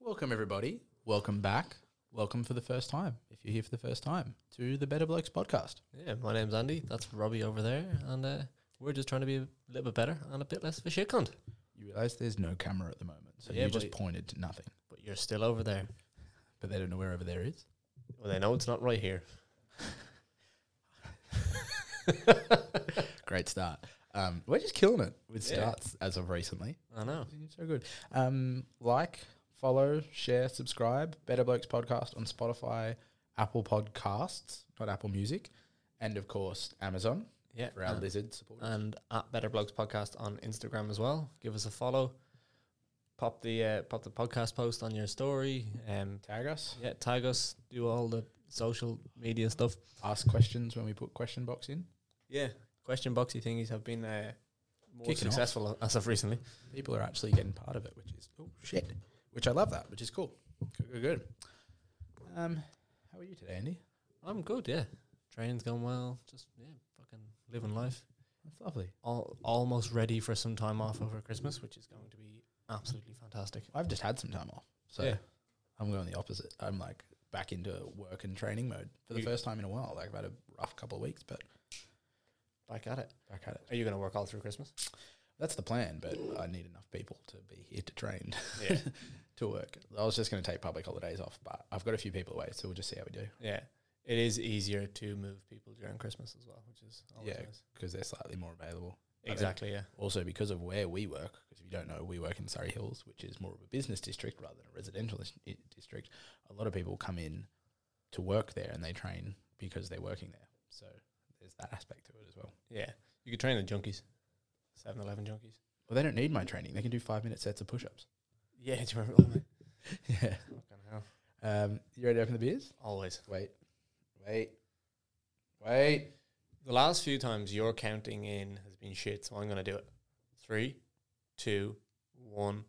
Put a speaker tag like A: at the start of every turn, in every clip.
A: Welcome, everybody. Welcome back. Welcome for the first time, if you're here for the first time, to the Better Blokes podcast.
B: Yeah, my name's Andy. That's Robbie over there, and uh, we're just trying to be a little bit better and a bit less of a shit cunt.
A: You realize there's no camera at the moment, so
B: Yeah,
A: you just
B: but-
A: pointed to nothing,
B: But you're still over there.
A: but they don't know where over there is.
B: Well, they know it's not right here.
A: Great start. Um, we're just killing it with
B: Yeah.
A: starts as of recently.
B: I know.
A: So good. Um, like, follow, share, subscribe. Better Blokes podcast on Spotify, Apple Podcasts, not Apple Music, and of course Amazon
B: Yeah,
A: for our
B: and,
A: lizard support.
B: and at Better Blokes Podcast on Instagram as well. Give us a follow. Pop the uh, pop the podcast post on your story. Um,
A: Tag us.
B: yeah, tag us. Do all the social media stuff.
A: Ask questions when we put question box in.
B: Yeah, question boxy thingies have been uh, more
A: Kicking off.
B: successful as of recently.
A: People are actually getting part of it, which is oh shit, which I love that, which is cool. Good, good, good. Um, how are you today, Andy?
B: I'm good. Yeah, training's going well. Just yeah, fucking living life.
A: That's lovely.
B: all, almost ready for some time off over Christmas, which is going to be absolutely fantastic.
A: I've just had some time off, so
B: Yeah.
A: I'm going the opposite. I'm like back into work and training mode for the
B: You-
A: first time in a while. Like I've had a rough couple of weeks, but
B: Back at it.
A: back at it.
B: Are you going to work all through Christmas?
A: That's the plan, but I need enough people to be here to train
B: Yeah,
A: to work. I was just going to take public holidays off, but I've got a few people away, so we'll just see how we do
B: yeah. It is easier to move people during Christmas as well, which is always
A: Yeah.
B: nice.
A: because they're slightly more available. I mean-
B: Exactly. Yeah.
A: Also, because of where we work, because if you don't know, we work in Surrey Hills, which is more of a business district rather than a residential dis- i- district. A lot of people come in to work there and they train because they're working there. So there's that aspect to it as well.
B: Yeah. You could train the junkies, 7 Eleven junkies.
A: Well, they don't need my training. They can do five minute sets of push ups.
B: Yeah. Do you remember? Oh, man.
A: yeah.
B: Fucking hell.
A: Um, you ready to open the beers?
B: Always.
A: Wait. Wait. Wait.
B: The last few times your counting in has been shit, so I'm going to do it. Three, two, one.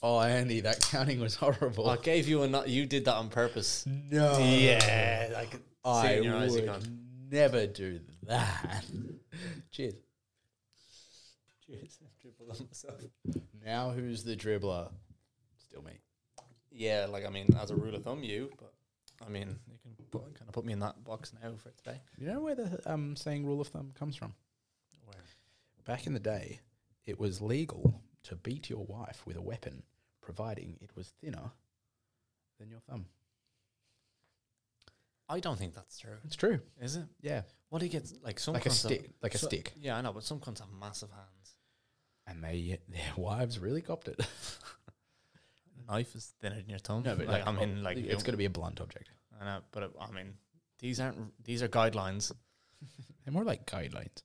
A: Oh, Andy, that counting was horrible.
B: I gave you a not. You did that on purpose.
A: No.
B: Yeah. I could see
A: I
B: it in your eyes. You
A: would
B: can't.
A: never do that. Cheers.
B: Cheers. Dribble on myself.
A: Now who's the dribbler? Still me.
B: Yeah, like I mean, as a rule of thumb, you. But I mean, you can put, kind of put me in that box now for today.
A: You know where the um, saying rule of thumb comes from? Back in the day, it was legal to beat your wife with a weapon, providing it was thinner than your thumb.
B: I don't think that's true.
A: It's true.
B: Is it?
A: Yeah.
B: What do you get? Like some
A: like a
B: cunts have-
A: stick. Like a
B: so-
A: stick.
B: Yeah, I know, but some cunts have massive hands.
A: And they their wives really copped it.
B: Knife is thinner than your thumb.
A: no, but oh,
B: like, I mean, like
A: it's got to be a blunt object.
B: I know, but it, I mean, these aren't these are guidelines.
A: They're more like guidelines.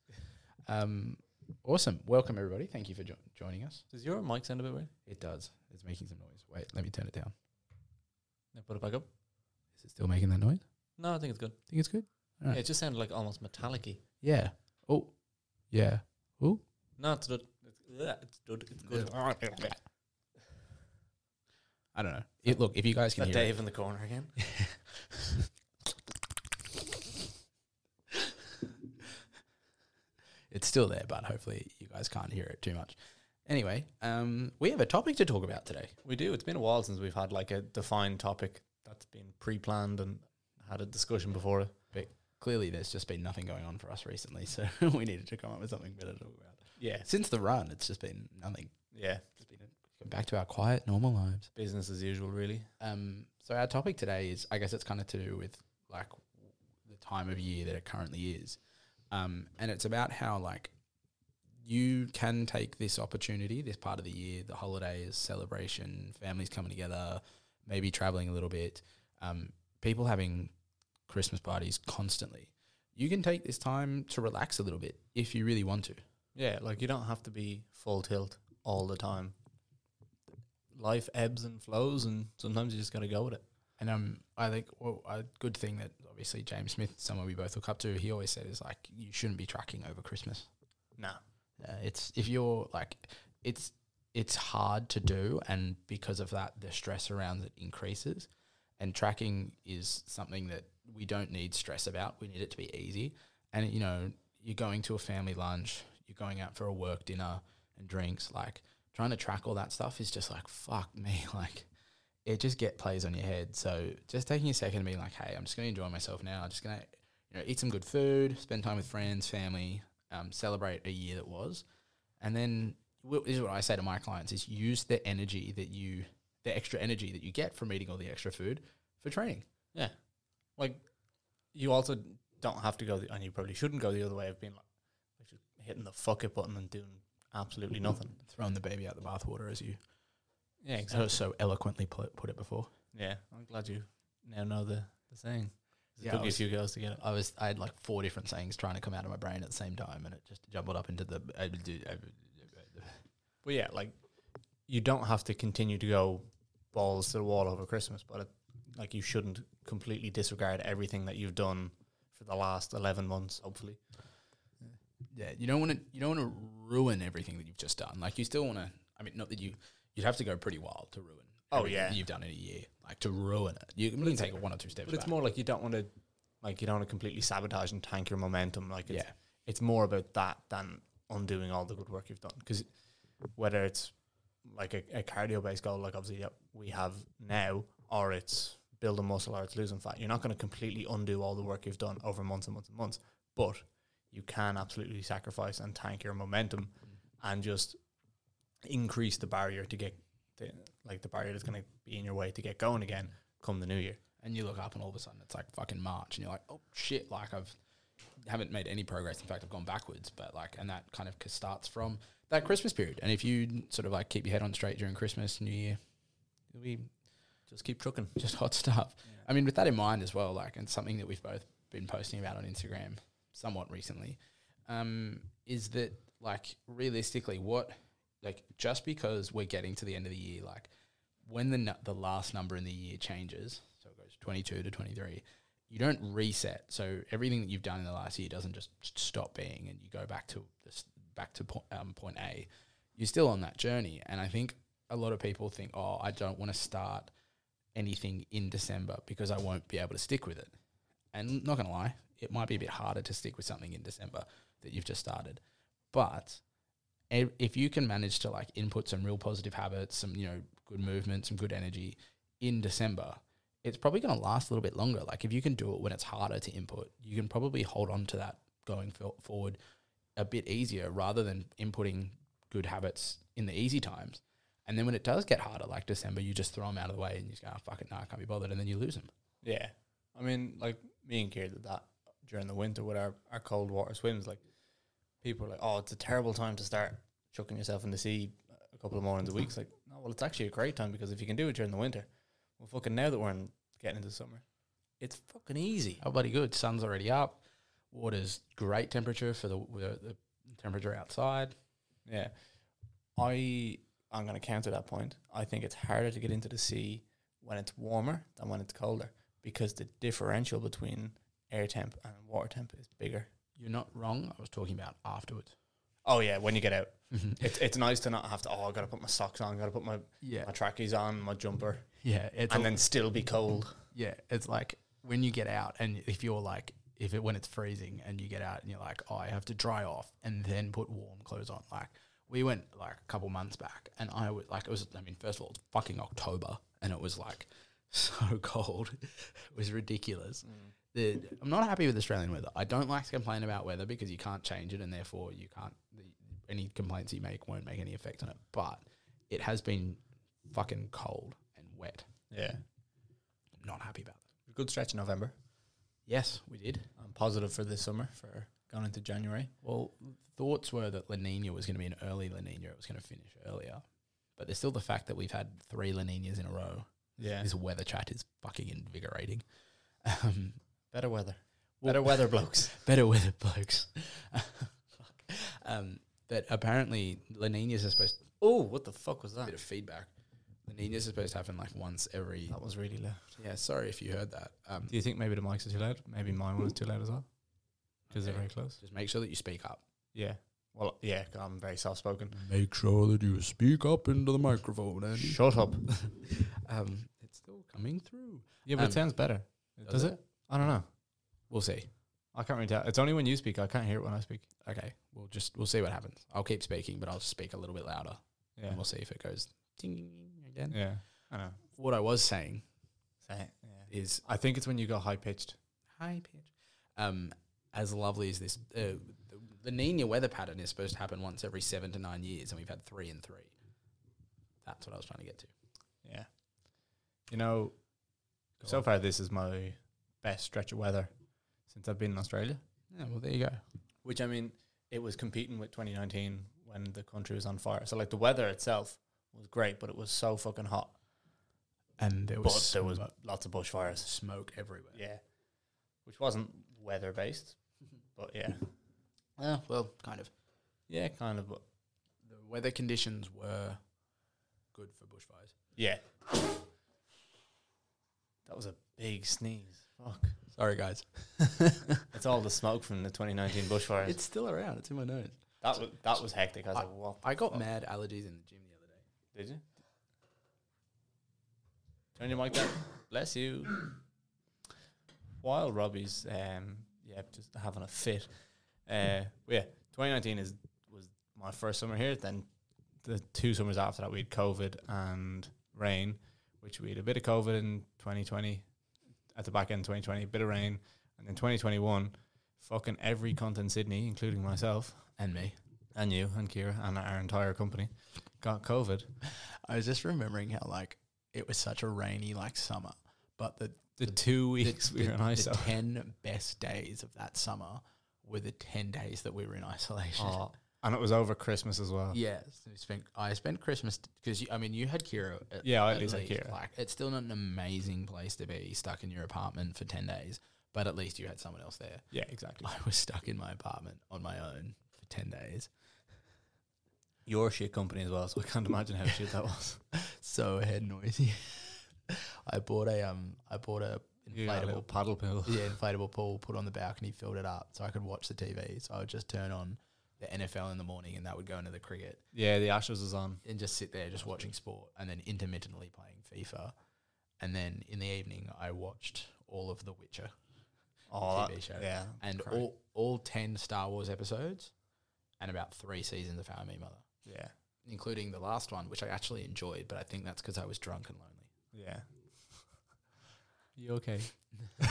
A: Um, awesome. Welcome everybody. Thank you for jo- joining us.
B: Does your mic sound a bit weird?
A: It does. It's making some noise. Wait, let me turn it down.
B: Yeah, put it back up.
A: Is it still making that noise?
B: No, I think it's good.
A: Think it's good. Alright.
B: Yeah, it just sounded like almost metallic-y.
A: Yeah. Oh. Yeah. Oh.
B: No, it's good. It's good. It's good.
A: I don't know. It, look, if you guys can
B: That
A: hear
B: Dave in the corner again.
A: it, it's still there, but hopefully you guys can't hear it too much. Anyway, um, we have a topic to talk about today.
B: We do. It's been a while since we've had like a defined topic that's been pre-planned and had a discussion before it.
A: Clearly, there's just been nothing going on for us recently, so we needed to come up with something better to talk about.
B: Yeah,
A: Since the run, it's just been nothing.
B: yeah.
A: It's been back to our quiet, normal lives.
B: Business as usual, really.
A: Um, so our topic today is, I guess, it's kind of to do with like the time of year that it currently is, um, and it's about how like you can take this opportunity, this part of the year, the holidays, celebration, families coming together, maybe traveling a little bit, um, people having Christmas parties constantly. You can take this time to relax a little bit if you really want to.
B: Yeah, like you don't have to be full tilt all the time. Life ebbs and flows, and sometimes you just got to go with it.
A: And um, I think well, a good thing that obviously James Smith, someone we both look up to, he always said is like you shouldn't be tracking over Christmas.
B: Nah.
A: Uh, it's if you're like, it's it's hard to do, and because of that, the stress around it increases. And tracking is something that we don't need stress about. We need it to be easy. And you know, you're going to a family lunch, you're going out for a work dinner and drinks. Like trying to track all that stuff is just like fuck me. Like it just get plays on your head. So just taking a second and being like, hey, I'm just going to enjoy myself now. I'm just going to you know eat some good food, spend time with friends, family, um, celebrate a year that was, and then wh- this is what I say to my clients: is use the energy that you, the extra energy that you get from eating all the extra food for training.
B: Yeah. Like, you also don't have to go, the, and you probably shouldn't go the other way of being like, like just hitting the fuck it button and doing absolutely nothing.
A: Throwing the baby out the bathwater, as you
B: Yeah,
A: so, so eloquently put, put it before.
B: Yeah, I'm glad you now know the, the saying. It
A: Yeah,
B: took
A: I
B: you a
A: was-
B: few girls to get it.
A: I was I had like four different sayings trying to come out of my brain at the same time, and it just jumbled up into the. I would do- uh, I would-
B: But yeah, like you don't have to continue to go balls to the wall over Christmas, but it, like you shouldn't completely disregard everything that you've done for the last eleven months. Hopefully,
A: yeah, you don't want to you don't want to ruin everything that you've just done. Like you still want to. I mean, not that you you'd have to go pretty wild to ruin.
B: Oh,
A: everything
B: yeah.
A: that you've done in a year, like to ruin it. You, can take one or two steps.
B: but it's
A: back.
B: more like you don't want to, like you don't want to completely sabotage and tank your momentum. Like it's,
A: Yeah.
B: it's more about that than undoing all the good work you've done. Because whether it's like a, a cardio based goal, like obviously that we have now, or it's building muscle or it's losing fat, you're not going to completely undo all the work you've done over months and months and months. But you can absolutely sacrifice and tank your momentum and just increase the barrier to get the, like the barrier that's going to be in your way to get going again come the new year.
A: and you look up and all of a sudden it's like fucking March, and you're like, oh shit, like I've haven't made any progress. In fact, I've gone backwards. But like, and that kind of c- starts from that Christmas period. And if you sort of like keep your head on straight during Christmas, New Year, it'll be
B: Just keep trucking.
A: just hot stuff. I mean, with that in mind as well, like, and something that we've both been posting about on Instagram somewhat recently, um, is that like realistically, what like just because we're getting to the end of the year, like when the nu- the last number in the year changes, so it goes twenty two to twenty three, you don't reset. So everything that you've done in the last year doesn't just stop being, and you go back to this back to point, um, point A. You're still on that journey, and I think a lot of people think, oh, I don't want to start anything in December because I won't be able to stick with it. And not going to lie, it might be a bit harder to stick with something in December that you've just started. But i- if you can manage to like input some real positive habits, some, you know, good movement, some good energy in December, it's probably going to last a little bit longer. Like if you can do it when it's harder to input, you can probably hold on to that going fo- forward a bit easier rather than inputting good habits in the easy times. And then when it does get harder, like December, you just throw them out of the way and you just go, oh, fuck it, nah, I can't be bothered. And then you lose them.
B: Yeah. I mean, like me and Kier did that during the winter with our, our cold water swims. Like people are like, oh, it's a terrible time to start chucking yourself in the sea a couple of mornings a week. It's like, no, well, it's actually a great time because if you can do it during the winter, well, fucking now that we're in, getting into summer, it's fucking easy.
A: Oh, bloody good. Sun's already up. Water's great temperature for the, the, the temperature outside.
B: Yeah. I I'm gonna counter that point. I think it's harder to get into the sea when it's warmer than when it's colder because the differential between air temp and water temp is bigger.
A: You're not wrong. I was talking about afterwards.
B: Oh yeah, when you get out. it's it's nice to not have to. Oh, I gotta put my socks on. Gotta put my
A: Yeah.
B: my trackies on, my jumper,
A: Yeah. It's
B: and then still be cold.
A: Yeah, it's like when you get out, and if you're like, if it when it's freezing, and you get out, and you're like, oh, I have to dry off and then put warm clothes on. Like we went like a couple months back, and I was like, it was. I mean, first of all, it's fucking October, and it was like so cold, it was ridiculous. The, I'm not happy with Australian weather. I don't like to complain about weather because you can't change it, and therefore you can't. The, any complaints you make won't make any effect on it. But it has been fucking cold and wet.
B: Yeah,
A: I'm not happy about that.
B: good stretch in November.
A: Yes, we did.
B: I'm positive for this summer for going into January.
A: Well, thoughts were that La Nina was going to be an early La Nina. It was going to finish earlier. But there's still the fact that we've had three La Ninas in a row.
B: Yeah,
A: This weather chat is fucking invigorating. Um,
B: better weather,
A: Well-
B: better weather, blokes.
A: better weather, blokes. um, but apparently, La Ninas are supposed to
B: Oh, what the fuck was
A: a
B: that?
A: bit of feedback. La Ninas are supposed to happen like once every.
B: That was really loud.
A: Yeah, sorry if you heard that. Um,
B: Do you think maybe the mics are too loud? Maybe my one is too loud as well because
A: okay.
B: they're very close.
A: Just make sure that you speak up.
B: Yeah. Well, yeah, 'cause I'm very soft spoken.
A: Make sure that you speak up into the microphone,
B: Shut up.
A: Um, it's still coming through.
B: Yeah, but
A: Um,
B: it sounds better. Does, it? I don't know.
A: We'll see.
B: I can't really tell. It's only when you speak. I can't hear it when I speak.
A: Okay, we'll just we'll see what happens. I'll keep speaking, but I'll speak a little bit louder,
B: Yeah.
A: and we'll see if it goes ding again.
B: Yeah. I know.
A: what I was saying
B: Say it, yeah.
A: is
B: I think it's when you go high pitched.
A: high pitch. Um, as lovely as this, uh, the, the Nina weather pattern is supposed to happen once every seven to nine years, and we've had three and three. That's what I was trying to get to.
B: Yeah. You know,
A: Go
B: so
A: on.
B: far this is my best stretch of weather since I've been in Australia.
A: Yeah, well, there you go.
B: Which I mean, it was competing with 2019 when the country was on fire. So like the weather itself was great, but it was so fucking hot.
A: And there
B: But
A: was
B: there was
A: smoke-
B: lots of bushfires.
A: smoke everywhere.
B: Yeah. Which wasn't weather based, but yeah.
A: Uh, well, kind of.
B: Yeah, kind of. But
A: The weather conditions were good for bushfires.
B: yeah. That was a big sneeze. Fuck.
A: Sorry, guys.
B: It's all the smoke from the 2019 bushfires.
A: It's still around. It's in my nose.
B: that was that was hectic. I was like, what?
A: I got
B: Fuck.
A: mad allergies in the gym the other day.
B: Did you? Turn your mic down. Bless you. While Robbie's um yeah, just having a fit. Uh yeah, twenty nineteen is was my first summer here. Then the two summers after that we had COVID and rain, which we had a bit of COVID in twenty twenty at the back end of twenty twenty, a bit of rain, and then twenty twenty one, fucking every cunt in Sydney, including myself
A: And me.
B: and you and Kira and our entire company, got COVID.
A: I was just remembering how like it was such a rainy like summer, but the
B: The two
A: the,
B: weeks we
A: the-
B: were in
A: the
B: ISO.
A: ten best days of that summer were the ten days that we were in isolation.
B: Oh, and it was over Christmas as well.
A: Yeah, so we spent. I spent Christmas because I mean you had Kira. At,
B: Yeah, I at least had Kira.
A: Like it's still not an amazing place to be stuck in your apartment for ten days, but at least you had someone else there.
B: Yeah, exactly.
A: I was stuck in my apartment on my own for ten days.
B: Your shit company as well, so I can't imagine how shit that was.
A: So head noisy. I bought a um. I bought a
B: You got a little
A: inflatable
B: paddle pill.
A: yeah, inflatable pool, put on the balcony, filled it up so I could watch the TV. So I would just turn on the NFL in the morning and that would go into the cricket
B: Yeah, the Ashes was on.
A: and just sit there just watching sport and then intermittently playing FIFA. And then in the evening, I watched all of The Witcher
B: Oh,
A: TV show.
B: yeah.
A: and
B: Correct.
A: all, all 10 Star Wars episodes and about three seasons of How I Met Your Mother,
B: Yeah,
A: including the last one, which I actually enjoyed, but I think that's because I was drunk and lonely.
B: yeah. you okay? Do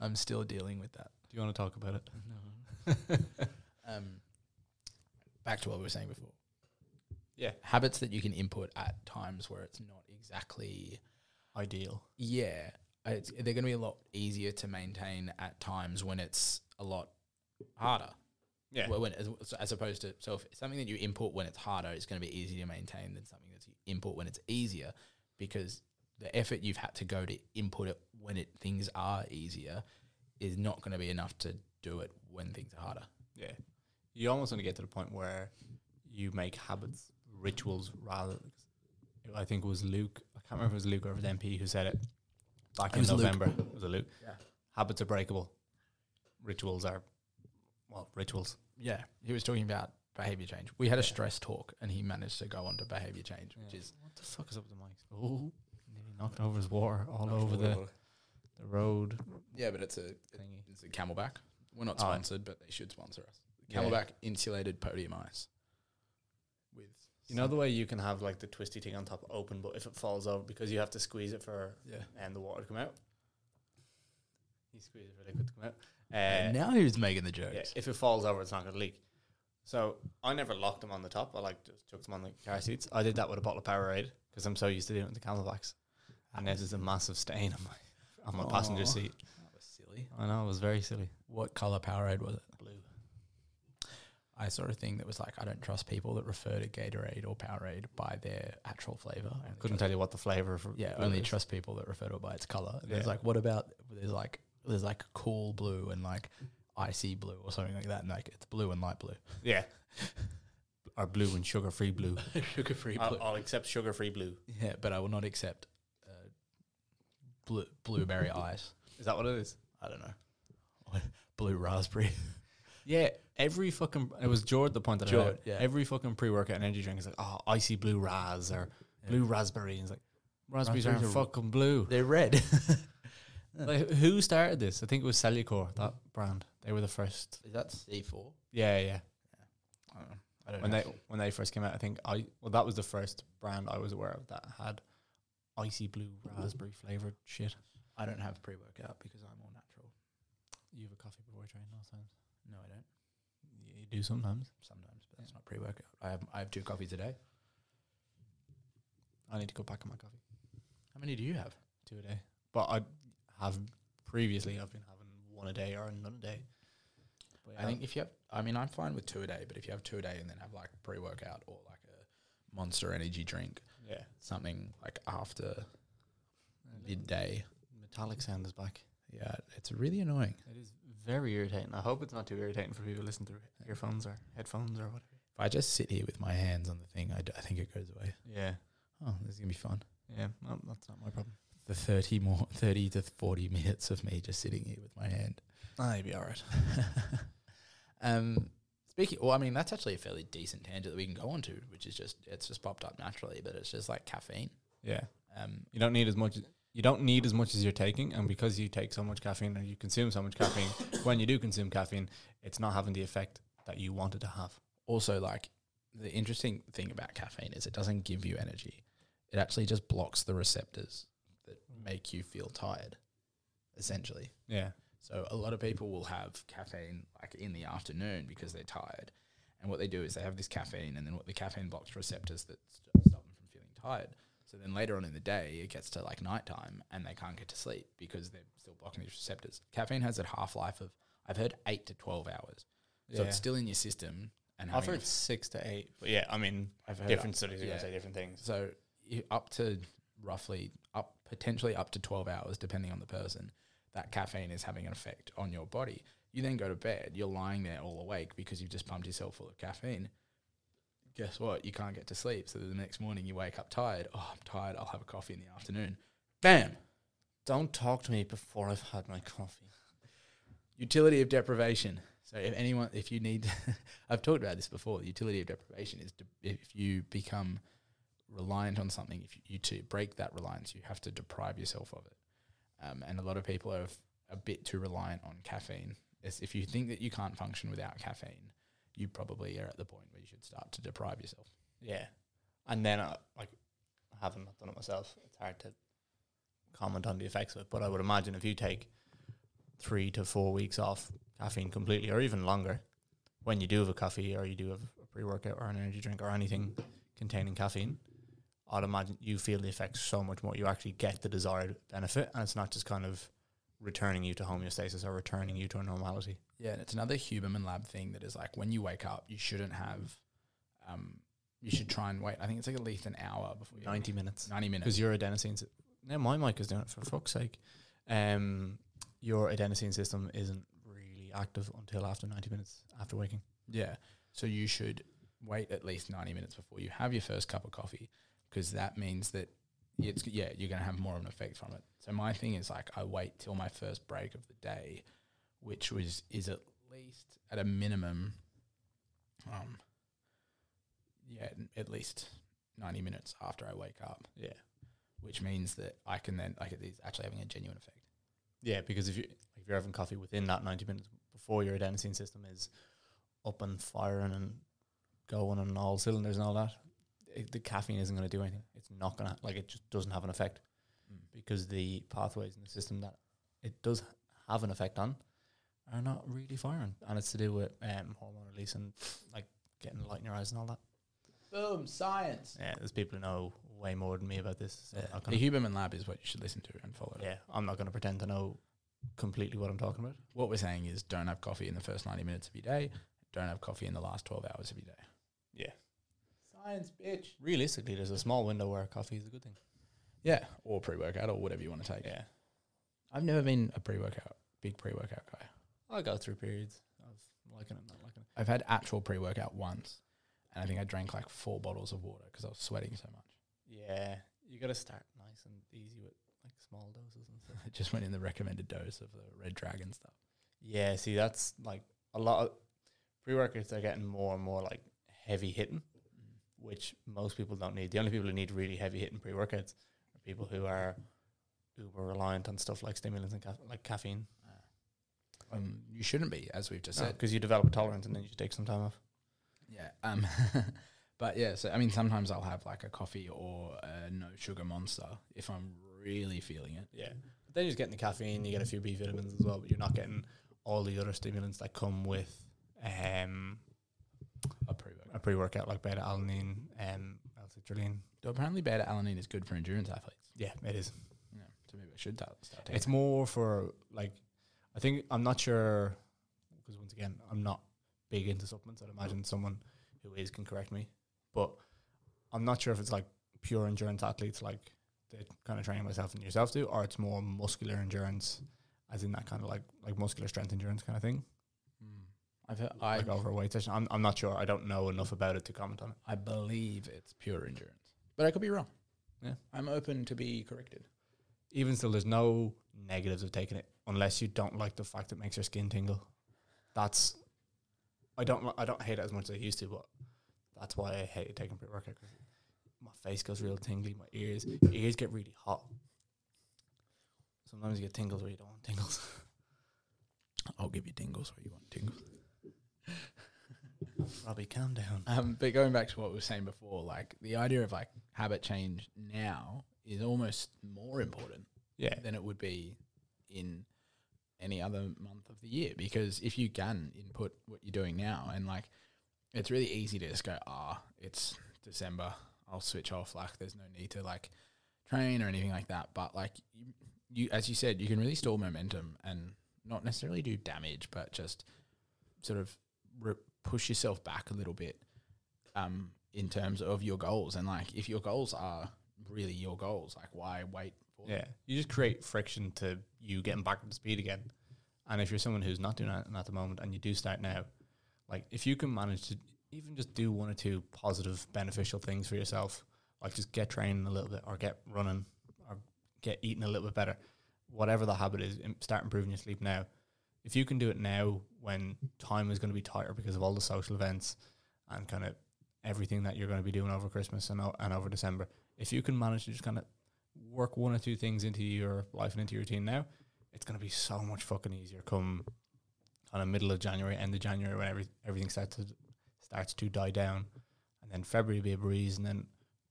A: I'm still dealing with that.
B: you want to talk about it?
A: um, back to what we were saying before.
B: Yeah.
A: Habits that you can input at times where it's not exactly.
B: Ideal.
A: Yeah. It's, they're going to be a lot easier to maintain at times when it's a lot harder.
B: Yeah.
A: Well, When, as, as opposed to, so if something that you input when it's harder is going to be easier to maintain than something that you input when it's easier because the effort you've had to go to input it when it things are easier is not going to be enough to do it when things are harder.
B: yeah. You almost want to get to the point where you make habits, rituals rather. I think it was Luke. I can't remember if it was Luke or if it was MP who said it back
A: It
B: in
A: was Luke.
B: November. It was a Luke.
A: Yeah.
B: Habits are breakable. Rituals are, well, rituals.
A: Yeah, he was talking about behavior change. We had a stress talk, and he managed to go on to behavior change, which
B: Yeah.
A: is
B: What the fuck is up with the mics? Oh, nearly knocked over his war all over the, the road
A: yeah, but it's a
B: thingy.
A: it's a Camelback. We're not
B: Oh, yeah.
A: sponsored, but they should sponsor us.
B: Yeah.
A: Camelback insulated podium ice. With
B: You know the way you can have like the twisty thing on top open, but if it falls over because you have to squeeze it for
A: yeah.
B: and the water to come out. You squeeze it for liquid to come out. Uh,
A: now who's making the
B: yeah,
A: jokes?
B: if it falls over, it's not going to leak. So I never locked them on the top. I like just took them on the car seats. I did that with a bottle of Powerade because I'm so used to doing it with the Camelbacks. And this is a massive stain on my on my passenger
A: Aw.
B: seat.
A: That was silly.
B: I know it was very silly.
A: What color Powerade was it?
B: Blue.
A: I saw a thing that was like, I don't trust people that refer to Gatorade or Powerade by their actual flavor. I only
B: Couldn't
A: trust-
B: tell you what the flavor. For
A: yeah,
B: blue
A: only
B: is.
A: trust people that refer to it by its color. And There's
B: Yeah.
A: like, what about there's like there's like cool blue and like icy blue or something like that, and like it's blue and light blue,
B: Yeah. Or blue and sugar free blue.
A: sugar free blue.
B: I'll, I'll accept sugar free blue.
A: Uh, Yeah, but I will not accept uh, blue, blueberry ice.
B: Is that what it is?
A: I don't know, blue raspberry.
B: Yeah, every fucking it was Jord the point that I
A: Jord,
B: read.
A: yeah.
B: Every fucking pre workout energy drink is like, oh, icy blue raz or blue raspberry. And it's like raspberries,
A: Raspberries
B: aren't
A: are-
B: fucking blue.
A: They're red.
B: Like who started this? I think it was Cellucor, that brand. They were the first.
A: Is that C four?
B: Yeah, yeah.
A: I don't know. I don't
B: When
A: know.
B: they when they first came out, I think I well that was the first brand I was aware of that had icy blue raspberry flavored shit.
A: I don't have pre workout because I'm all natural.
B: You have a coffee before you train last time.
A: No, I don't.
B: You do sometimes.
A: Sometimes, but that's not pre workout. I have I have two coffees a day.
B: I need to go back on my coffee
A: How many do you have?
B: two a day, but I have previously I've been having one a day or none a day. But
A: I think if you have, I mean, I'm fine with two a day, but if you have two a day and then have like pre workout or like a monster energy drink,
B: yeah,
A: something like after
B: Really?
A: midday,
B: metallic sound is back.
A: yeah, it's really annoying.
B: It is very irritating. I hope it's not too irritating for people listening through earphones or headphones or whatever.
A: If I just sit here with my hands on the thing, I, d- I think it goes away.
B: Yeah,
A: Oh, this is gonna be fun.
B: yeah, no, that's not my problem.
A: The thirty more, thirty to forty minutes of me just sitting here with my hand.
B: Ah, you'd be all right.
A: um, speaking, well, I mean, that's actually a fairly decent tangent that we can go on to, which is just it's just popped up naturally, but it's just like caffeine.
B: Yeah,
A: Um,
B: you don't need as much. You don't need as much as you're taking, and because you take so much caffeine and you consume so much caffeine, when you do consume caffeine, it's not having the effect that you wanted to have.
A: also like the interesting thing about caffeine is it doesn't give you energy. It actually just blocks the receptors that make you feel tired, essentially.
B: Yeah,
A: So a lot of people will have caffeine like in the afternoon because they're tired. And what they do is they have this caffeine and then what the caffeine blocks receptors that st- stop them from feeling tired. So then later on in the day, it gets to like nighttime and they can't get to sleep because they're still blocking these receptors. Caffeine has a half life of, I've heard, eight to 12 hours. So
B: Yeah.
A: it's still in your system. And
B: I've
A: having a
B: heard six to eight. But yeah, I mean,
A: I've heard
B: different studies are
A: yeah.
B: gonna say different things.
A: So you- up to roughly up potentially up to 12 hours depending on the person that caffeine is having an effect on your body. You then go to bed, you're lying there all awake because you've just pumped yourself full of caffeine. Guess what? You can't get to sleep. So the next morning you wake up tired. Oh, I'm tired. I'll have a coffee in the afternoon. Bam.
B: Don't talk to me before I've had my coffee.
A: Utility of deprivation. So if anyone if you need I've talked about this before. The utility of deprivation is to, if you become reliant on something, if you to break that reliance, you have to deprive yourself of it. Um, and a lot of people are f- a bit too reliant on caffeine. It's, if you think that you can't function without caffeine, you probably are at the point where you should start to deprive yourself.
B: Yeah, and then I like I haven't done it myself. It's hard to comment on the effects of it, but I would imagine if you take three to four weeks off caffeine completely, or even longer, when you do have a coffee or you do have a pre-workout or an energy drink or anything containing caffeine, I'd imagine you feel the effects so much more. You actually get the desired benefit, and it's not just kind of returning you to homeostasis or returning you to a normality.
A: Yeah, and it's another Huberman Lab thing that is like when you wake up, you shouldn't have. Um, you should try and wait. I think it's like at least an hour before you
B: Ninety minutes.
A: ninety minutes.
B: because your adenosine. sy- Now my mic is doing it for fuck's sake. Um, your adenosine system isn't really active until after ninety minutes after waking.
A: Yeah. So you should wait at least 90 minutes before you have your first cup of coffee because that means that it's, yeah, you're going to have more of an effect from it. So my thing is like, I wait till my first break of the day, which was, is at least at a minimum, um, yeah, at least 90 minutes after I wake up,
B: Yeah,
A: which means that I can then, like, it's actually having a genuine effect.
B: yeah. Because if you if you're having coffee within that ninety minutes before your adenosine system is up and firing and going on all cylinders and all that, it, the caffeine isn't going to do anything. It's not going to like it just doesn't have an effect. because the pathways in the system that it does have an effect on are not really firing, and it's to do with um, hormone release and like getting light in your eyes and all that.
A: Boom, science.
B: Yeah, there's people who know way more than me about this. So
A: Yeah.
B: I'm
A: The
B: gonna,
A: Huberman Lab is what you should listen to and follow.
B: yeah, I'm not going to pretend to know completely what I'm talking about.
A: what we're saying is don't have coffee in the first 90 minutes of your day, don't have coffee in the last 12 hours of your day.
B: Yeah.
A: Science, bitch.
B: Realistically, there's a small window where coffee is a good thing.
A: Yeah, or pre workout or whatever you want to take.
B: Yeah,
A: I've never been a pre workout, big pre workout guy.
B: I go through periods of liking it, not liking it.
A: I've had actual pre workout once, and I think I drank like four bottles of water because I was sweating so much.
B: Yeah, you got to start nice and easy with like small doses and stuff.
A: I just went in the recommended dose of the Red Dragon stuff.
B: Yeah, see, that's like a lot of pre workouts are getting more and more like heavy hitting, which most people don't need. The only people who need really heavy hitting pre workouts are people who are uber reliant on stuff like stimulants and caff- like caffeine.
A: Ah. Um, you shouldn't be, as we've just said.
B: Because you develop a tolerance and then you should take some time off.
A: Yeah. Um, But yeah, so I mean, sometimes I'll have like a coffee or a no sugar monster if I'm really feeling it.
B: Yeah. But then you're just getting the caffeine, you get a few B vitamins as well, but you're not getting all the other stimulants that come with um,
A: A pre-workout.
B: a pre workout like beta alanine, um, L citrulline.
A: Apparently, beta alanine is good for endurance athletes.
B: Yeah, it is.
A: Yeah, so maybe I should ta- start. taking
B: It's more for like, I think I'm not sure because once again I'm not big into supplements. I'd imagine someone who is can correct me, but I'm not sure if it's like pure endurance athletes like the kind of training myself and yourself do, or it's more muscular endurance, as in that kind of like like muscular strength endurance kind of thing,
A: it. Mm. I've heard, I
B: like over a weight session. I'm I'm not sure. I don't know enough about it to comment on it.
A: I believe it's pure endurance, but I could be wrong.
B: Yeah.
A: I'm open to be corrected.
B: Even still, there's no negatives of taking it unless you don't like the fact it makes your skin tingle. That's I don't li- I don't hate it as much as I used to, but that's why I hate taking pre workout. My face goes real tingly, my ears your ears get really hot. Sometimes you get tingles where you don't want tingles.
A: I'll give you tingles where you want tingles.
B: Robbie, calm down.
A: Um, but going back to what we were saying before, like the idea of like habit change now is almost more important
B: Yeah,
A: than it would be in any other month of the year because if you can input what you're doing now and like it's really easy to just go ah it's december i'll switch off like there's no need to like train or anything like that but like you, you as you said you can really store momentum and not necessarily do damage but just sort of re- push yourself back a little bit um, in terms of your goals and like if your goals are really your goals like why wait for them?
B: yeah. You just create friction to you getting back up to speed again. And if you're someone who's not doing that at the moment and you do start now, like if you can manage to even just do one or two positive, beneficial things for yourself, like just get training a little bit or get running or get eating a little bit better, whatever the habit is, im- start improving your sleep now. If you can do it now when time is going to be tighter because of all the social events and kind of everything that you're going to be doing over Christmas and, o- and over December, if you can manage to just kind of work one or two things into your life and into your routine now, it's going to be so much fucking easier come kind of middle of January, end of January, when every, everything starts to starts to die down, and then February will be a breeze, and then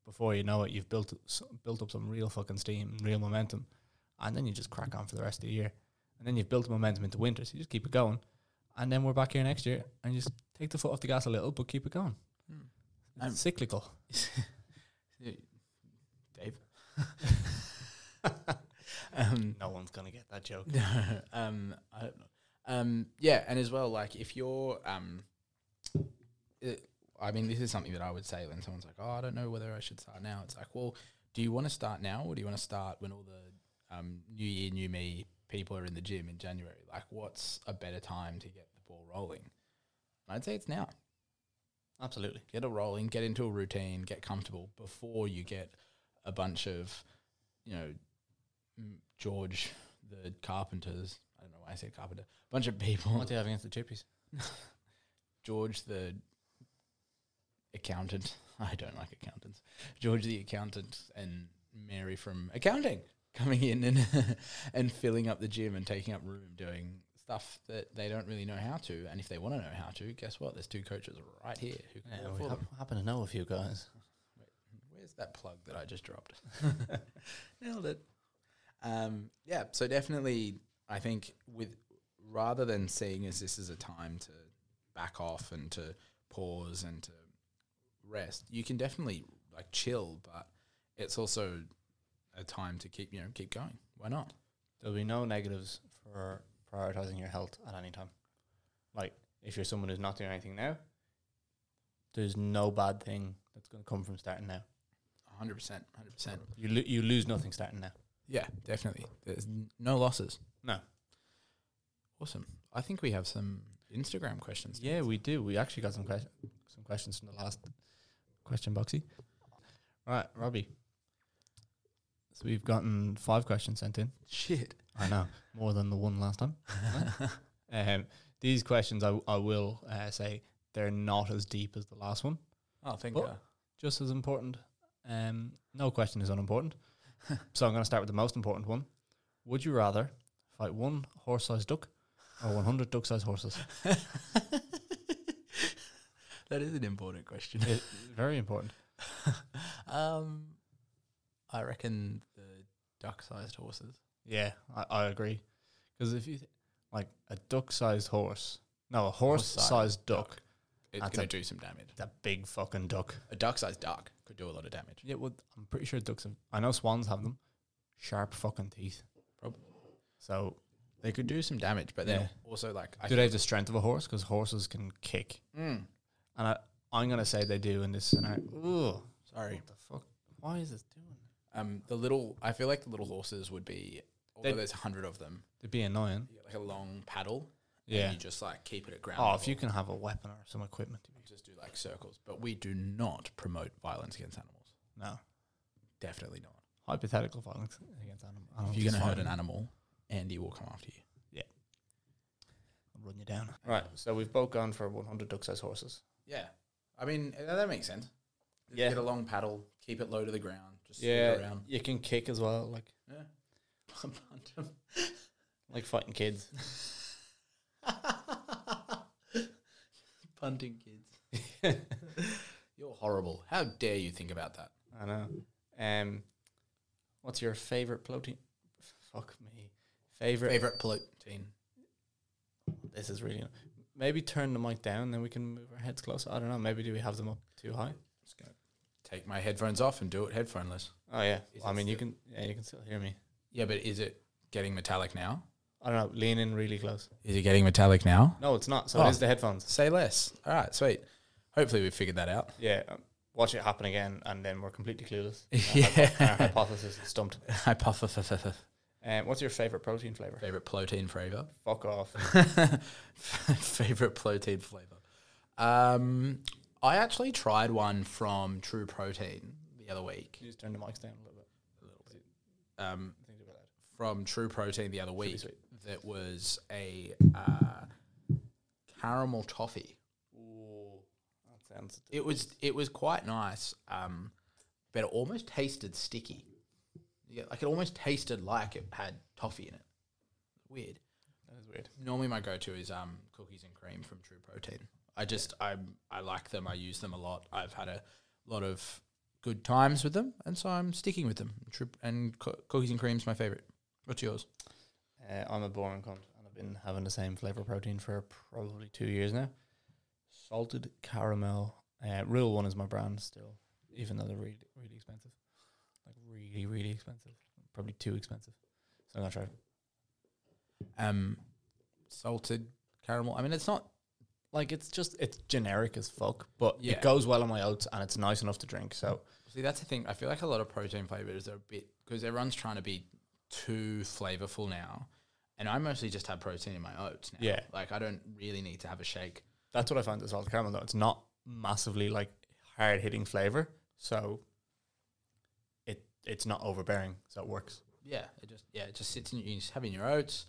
B: before you know it, you've built s- built up some real fucking steam, and real momentum, and then you just crack on for the rest of the year, and then you've built momentum into winter, so you just keep it going, and then we're back here next year, and just take the foot off the gas a little, but keep it going.
A: Hmm.
B: It's
A: I'm-
B: cyclical.
A: Dave. um,
B: No one's gonna get that joke.
A: um, I don't know. Um, yeah, and as well, like if you're, um, it, I mean, this is something that I would say when someone's like, "Oh, I don't know whether I should start now." It's like, well, do you want to start now, or do you want to start when all the um, new year, new me people are in the gym in January? Like, what's a better time to get the ball rolling? And I'd say it's now.
B: Absolutely.
A: get it rolling, get into a routine, get comfortable before you get a bunch of, you know, m- George the carpenters. I don't know why I said carpenter. A bunch of people.
B: What do you have against the chippies?
A: George the accountant. I don't like accountants. George the accountant and Mary from accounting coming in and and filling up the gym and taking up room doing stuff that they don't really know how to. And if they want to know how to, guess what? There's two coaches right here who can do
B: Yeah,
A: it
B: we
A: for them.
B: hap- happen to know a few guys.
A: Where's that plug that I just dropped? Nailed it. Um, yeah, so definitely, I think with rather than seeing as this is a time to back off and to pause and to rest, you can definitely like chill, but it's also a time to keep you know keep going. Why not?
B: There'll be no negatives for prioritizing your health at any time. Like if you're someone who's not doing anything now, there's no bad thing that's going to come from starting now.
A: Hundred percent, hundred percent.
B: You lo- you lose nothing starting now.
A: Yeah, definitely. There's n- no losses.
B: No.
A: Awesome. I think we have some Instagram questions.
B: Yeah, we do. We actually got some questions some questions from the last question boxy. Right, Robbie. So we've gotten five questions sent in.
A: Shit.
B: I know more than the one last time. Um, these questions, I, I will uh, say, they're not as deep as the last one.
A: oh, thank
B: But-
A: God.
B: just as important. Um, no question is unimportant. so I'm going to start with the most important one. Would you rather fight one horse-sized duck or 100 duck-sized horses?
C: that is an important question.
B: It- very important.
C: um, I reckon the duck-sized horses.
B: Yeah, I, I agree. Because if you th- like a duck-sized horse, no, a horse-sized duck,
A: It's
B: That's
A: going
B: a-
A: to do some damage.
B: that big fucking duck.
A: A duck-sized duck could do a lot of damage.
B: Yeah, well, I'm pretty sure ducks have. I know swans have them. Sharp fucking teeth.
A: Probably.
B: So,
A: They could do some damage, but then
B: Yeah.
A: also like I
B: do they have the strength of a horse? Because horses can kick,
A: Mm,
B: and I, I'm gonna say they do in this scenario. Ugh,
A: sorry.
B: what the fuck? Why is this doing? that?
A: Um, the little I feel like the little horses would be although
B: They'd-
A: there's a hundred of them.
B: It'd be annoying.
A: You get like a long paddle.
B: Yeah.
A: And you just like keep it at ground.
B: Oh, if
A: level.
B: you can have a weapon or some equipment, to use.
A: just do like circles, but we do not promote violence against animals.
B: no
A: Definitely not.
B: hypothetical violence against anim-
C: Oh,
B: animals.
A: if you're
B: is
A: going to hurt
B: fine.
A: an animal, Andy will come after you.
B: I'll run you down. Right. So we've both gone for 100 duck-sized horses.
A: Yeah, I mean uh, that makes sense.
B: Yeah.
A: get a long paddle, keep it low to the ground, just yeah.
B: Yeah,
A: it around.
B: you can kick as well, like
A: Yeah, Punch 'em.
B: like fighting kids.
A: punting kids. You're horrible. How dare you think about that?
B: I know. Um, what's your favorite protein? Fuck me. Favorite.
A: Favorite protein.
B: This is really. Maybe turn the mic down, then we can move our heads closer. I don't know. Maybe do we have them up too high?
A: Just gonna take my headphones off and do it headphoneless.
B: Oh yeah.
A: Is
B: I
A: it
B: mean, you
A: still-
B: can. Yeah, you can still hear me.
A: Yeah, but is it getting metallic now?
B: I don't know. Lean in really close.
A: Is it getting metallic now?
B: No, it's not. So
A: Oh.
B: it is the headphones.
A: Say less. All right, sweet. Hopefully, we figured that out.
B: Yeah. um, Watch it happen again, and then we're completely clueless. Our
A: yeah.
B: hypothesis is stumped.
A: Hypothesis.
B: Um, what's your favorite protein flavor?
A: Favorite protein flavor.
B: Fuck off.
A: favorite protein flavor. Um, I actually tried one from True Protein the other week.
B: Can you just turn the mics down a little bit?
A: Um,
B: I think they're loud.
A: from True Protein the other
B: Pretty
A: week
B: sweet.
A: that was a uh, caramel toffee.
B: Ooh, that sounds.
A: It was it was quite nice, um, but it almost tasted sticky. Yeah, like it almost tasted like it had toffee in it. Weird.
B: That is weird.
A: normally my go-to is um cookies and cream from True Protein. I just I I like them. I use them a lot. I've had a lot of good times with them, and so I'm sticking with them. True and co- cookies and cream's my favorite. What's yours?
B: Uh, I'm a boring cunt, and I've been having the same flavor protein for probably two years now. Salted caramel. Uh, Real One is my brand still, even though they're really, really expensive. Like really, really expensive. Probably too expensive. So I'm gonna try.
A: Um, salted caramel. I mean, it's not.
B: Like it's just it's generic as fuck, but
A: Yeah.
B: it goes well on my oats, and it's nice enough to drink. So
A: See, that's the thing. I feel like a lot of protein flavors are a bit because everyone's trying to be too flavorful now, and I mostly just have protein in my oats now.
B: Yeah.
A: like I don't really need to have a shake.
B: that's what I find with salted caramel. Though it's not massively like hard hitting flavor, so it it's not overbearing, so it works.
A: Yeah, it just yeah, it just sits in you just have in your oats,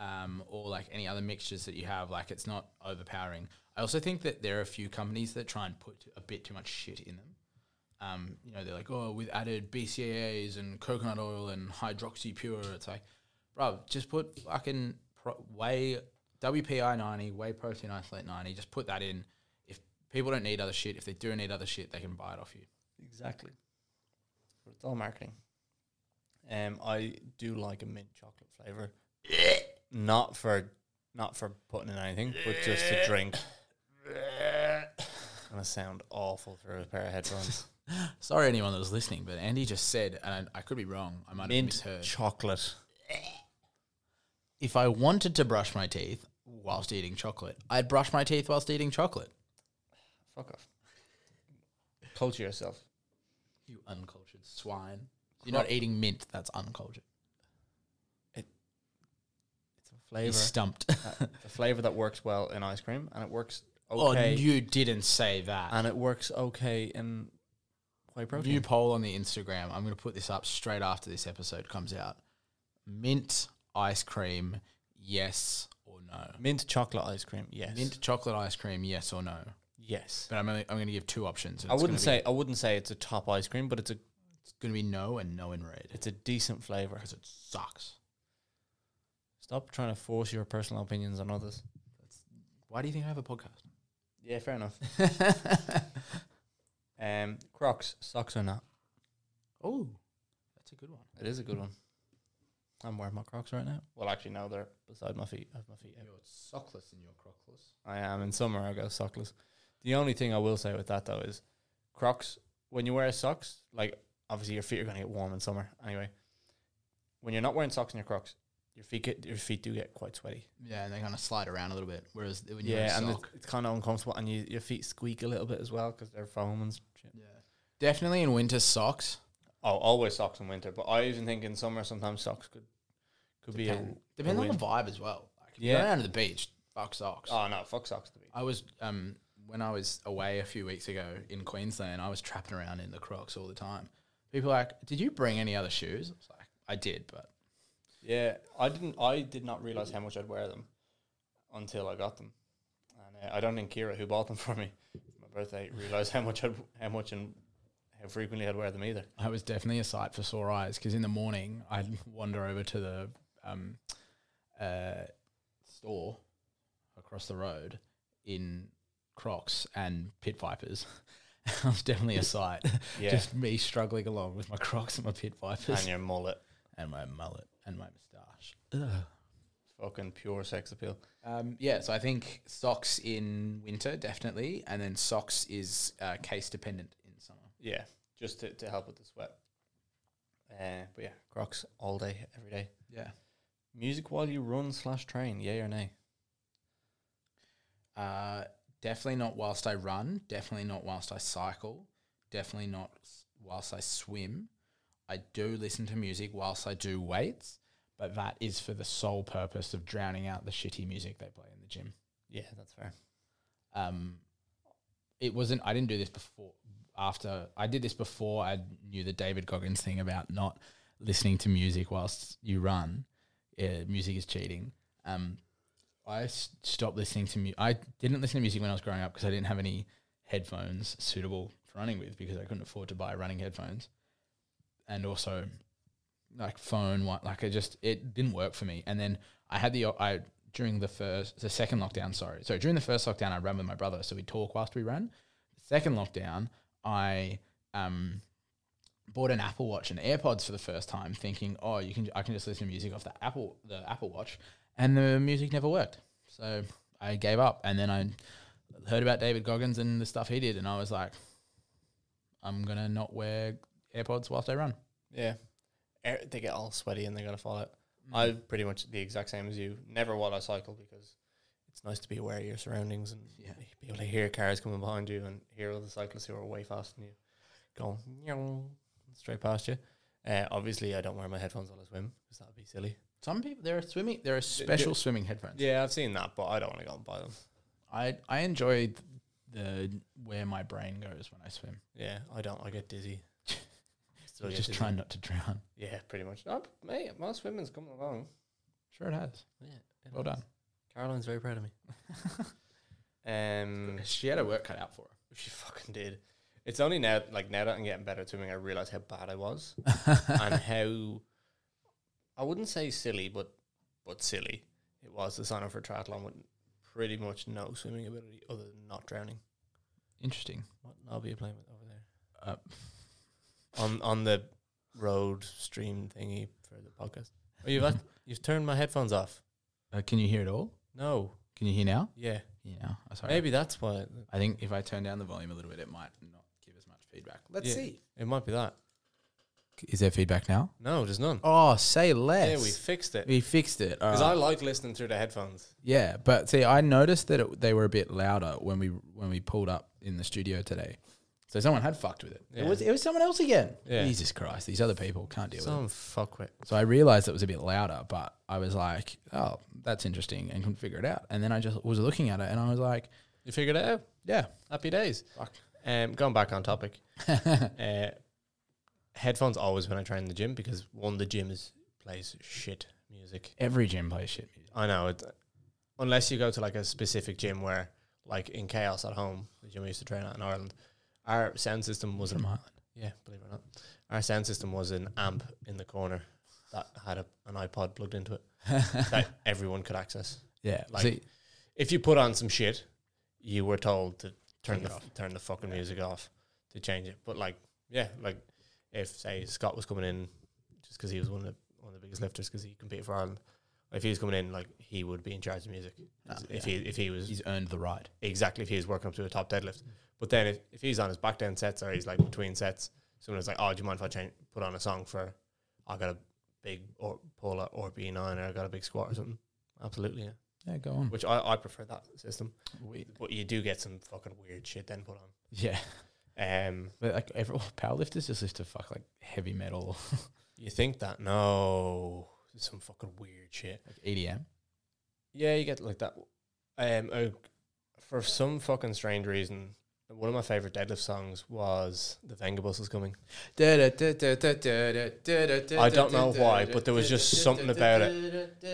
A: um, or like any other mixtures that you have. Like it's not overpowering. I also think that there are a few companies that try and put a bit too much shit in them. Um, you know, they're like, oh, with added BCAAs and coconut oil and hydroxy pure. It's like, bro, just put fucking pro- whey WPI ninety, whey protein isolate ninety. Just put that in. If people don't need other shit, if they do need other shit, they can buy it off you.
B: Exactly. But it's all marketing. Um, I do like a mint chocolate flavor, not for not for putting in anything, but just to drink. I'm gonna sound awful through a pair of headphones.
A: Sorry, anyone that was listening, but Andy just said, and I, I could be wrong. I might have
B: mint
A: misheard.
B: chocolate.
A: if I wanted to brush my teeth whilst eating chocolate, I'd brush my teeth whilst eating chocolate.
B: Fuck off. Culture yourself.
A: You uncultured swine. You're not eating mint. That's uncultured.
B: It's a
A: He's
B: flavor.
A: stumped.
B: a flavor that works well in ice cream, and it works
A: Oh,
B: okay,
A: you didn't say that.
B: and it works okay in whey protein.
A: New poll on the Instagram. I'm going to put this up straight after this episode comes out. Mint ice cream, yes or no?
B: mint chocolate ice cream, yes,
A: Mint chocolate ice cream, yes or no?
B: yes.
A: But I'm only, I'm going to give two options. and
B: I
A: it's
B: wouldn't
A: gonna
B: say I wouldn't say it's a top ice cream, but it's a
A: be, it's going to be no and no in red
B: it's a decent flavor.
A: because it sucks.
B: Stop trying to force your personal opinions on others.
A: Why do you think I have a podcast?
B: Yeah, fair enough. Um, Crocs, socks or not?
D: oh, that's a good one.
B: It is a good one. I'm wearing my Crocs right now. Well, actually, now they're beside my feet. I have my feet out.
D: You're sockless and you're crockless.
B: I am in summer. I go sockless. The only thing I will say with that though is, Crocs. When you wear socks, like obviously your feet are gonna get warm in summer anyway. When you're not wearing socks and your Crocs, your feet get your feet do get quite sweaty.
A: yeah, and they kind of slide around a little bit. Whereas when you're
B: yeah,
A: yeah,
B: and
A: in a
B: it's,
A: sock,
B: it's kind of uncomfortable, and you, your feet squeak a little bit as well because they're foam and shit.
A: yeah, definitely in winter socks.
B: Oh, always socks in winter, but I even think in summer sometimes socks could could
A: Depend,
B: be a
A: depends on the
B: win.
A: vibe as well. Like if
B: Yeah.
A: you're down to the beach, fuck socks.
B: Oh no, fuck socks to me.
A: I was um when I was away a few weeks ago in Queensland, I was trapping around in the Crocs all the time. People were like, did you bring any other shoes? I was like, I did, but
B: Yeah, I didn't. I did not realize how much I'd wear them until I got them, and uh, I don't think Kira, who bought them for me for my birthday, realized how much I'd, how much and how frequently I'd wear them either.
A: I was definitely a sight for sore eyes because in the morning I'd wander over to the um, uh, store across the road in Crocs and Pit Vipers. I was definitely a sight.
B: Yeah,
A: Just me struggling along with my Crocs and my Pit Vipers
B: and your mullet,
A: and my mullet and my moustache.
B: fucking pure sex appeal.
A: Um, yeah, so I think socks in winter definitely, and then socks is uh, case dependent in summer.
B: Yeah, just to, to help with the sweat. Uh, but yeah, Crocs all day, every day.
A: Yeah.
B: Music while you run slash train, yay or nay?
A: Uh, definitely not whilst I run. Definitely not whilst I cycle. Definitely not s- whilst I swim. I do listen to music whilst I do weights, but that is for the sole purpose of drowning out the shitty music they play in the gym.
B: Yeah, that's fair.
A: Um, it wasn't. I didn't do this before. After I did this before, I knew the David Goggins thing about not listening to music whilst you run. Uh, music is cheating. Um, I s- stopped listening to music. I didn't listen to music when I was growing up because I didn't have any headphones suitable for running with because I couldn't afford to buy running headphones, and also like phone wi- like I just it didn't work for me. And then I had the I during the first the second lockdown. Sorry, so during the first lockdown, I ran with my brother, so we talk whilst we ran. Second lockdown, I um bought an Apple Watch and AirPods for the first time, thinking, oh, you can I can just listen to music off the Apple the Apple Watch, and the music never worked. So I gave up, and then I heard about David Goggins and the stuff he did, and I was like, I'm gonna not wear AirPods whilst I run.
B: Yeah. Air, they get all sweaty and they're going to fall out. I'm pretty much the exact same as you. Never while I cycle because it's nice to be aware of your surroundings and
A: Yeah.
B: be able to hear cars coming behind you and hear other cyclists who are way faster than you going "Meow," straight past you. Uh, obviously, I don't wear my headphones while I swim because that would be silly.
A: Some people there are swimming there are special swimming headphones.
B: Yeah, I've seen that, but I don't want to go and buy them.
A: I I enjoy th- the where my brain goes when I swim.
B: Yeah, I don't. I get dizzy. Still get
A: just
B: dizzy.
A: trying not to drown.
B: Yeah, pretty much. Oh, mate, my swimming's coming along.
A: Sure, it has.
B: Yeah, it
A: Well
B: is.
A: done.
B: Caroline's very proud of me. um,
A: Mm, She had a work cut out for
B: She fucking did. It's only now, like now that I'm getting better at swimming, I realize how bad I was and how I wouldn't say silly, but but silly it was to sign up for triathlon with pretty much no swimming ability other than not drowning.
A: Interesting.
B: What I'll be playing with over there
A: Uh,
B: on on the road stream thingy for the podcast. Oh, you've act- you've turned my headphones off.
A: uh, can you hear it all?
B: No,
A: Can you hear now?
B: yeah,
A: Yeah. Oh, sorry.
B: maybe that's why it,
A: I think if I turn down the volume a little bit, it might not give as much feedback. Let's
B: Yeah.
A: see.
B: it might be that.
A: Is there feedback now?
B: No, there's none.
A: Oh, say
B: yeah,
A: less.
B: we fixed it
A: we, fixed it.
B: because
A: Uh,
B: I like listening through the headphones.
A: yeah, but see, I noticed that it, they were a bit louder when we when we pulled up in the studio today. So someone had fucked with it. It
B: Yeah.
A: was it was someone else again.
B: Yeah.
A: Jesus Christ, these other people can't deal with it.
B: Some fuckwit.
A: So I realized it was a bit louder, but I was like, oh, that's interesting and couldn't figure it out. And then I just was looking at it and I was like,
B: You figured it out.
A: yeah,
B: Happy days.
A: Fuck.
B: Um, going back on topic, uh, headphones always when I train in the gym because one, the gym is plays shit music.
A: every gym plays shit music.
B: I know it, unless you go to like a specific gym where, like in Chaos at home, the gym we used to train at in Ireland, our sound system was an
A: Come on.
B: yeah, believe it or not, our sound system was an amp in the corner that had a, an iPod plugged into it that everyone could access.
A: Yeah.
B: Like-
A: see,
B: If you put on some shit, you were told to
E: Turn
B: turn
E: it
B: the
E: off.
B: turn the fucking
E: Yeah.
B: music off to change it. But like, yeah, like if say Scott was coming in just because he was one of the one of the biggest lifters because he competed for Ireland. If he was coming in, like he would be in charge of music. 'Cause
E: Oh,
B: if
E: yeah.
B: he if he was
A: He's earned the right.
B: exactly if he was working up to a top deadlift.
E: Mm.
B: But then if, if he's on his back down sets or he's like between sets, someone's like, "Oh, do you mind if I change, put on a song for I got a big or pull up or B nine or I got a big squat or something." Absolutely, yeah.
A: Yeah, go on.
B: Which I, I prefer that system,
A: We,
B: but you do get some fucking weird shit then put
A: yeah,
B: on. Um,
A: but like every oh, powerlifters just lift to fuck like heavy metal,
B: you think that? No, some fucking weird shit.
A: like E EDM.
B: Yeah, you get like that. Um, uh, for some fucking strange reason, one of my favorite deadlift songs was "The Venga Bus is Coming."
A: I
B: I don't know why, but there was just something about
A: it.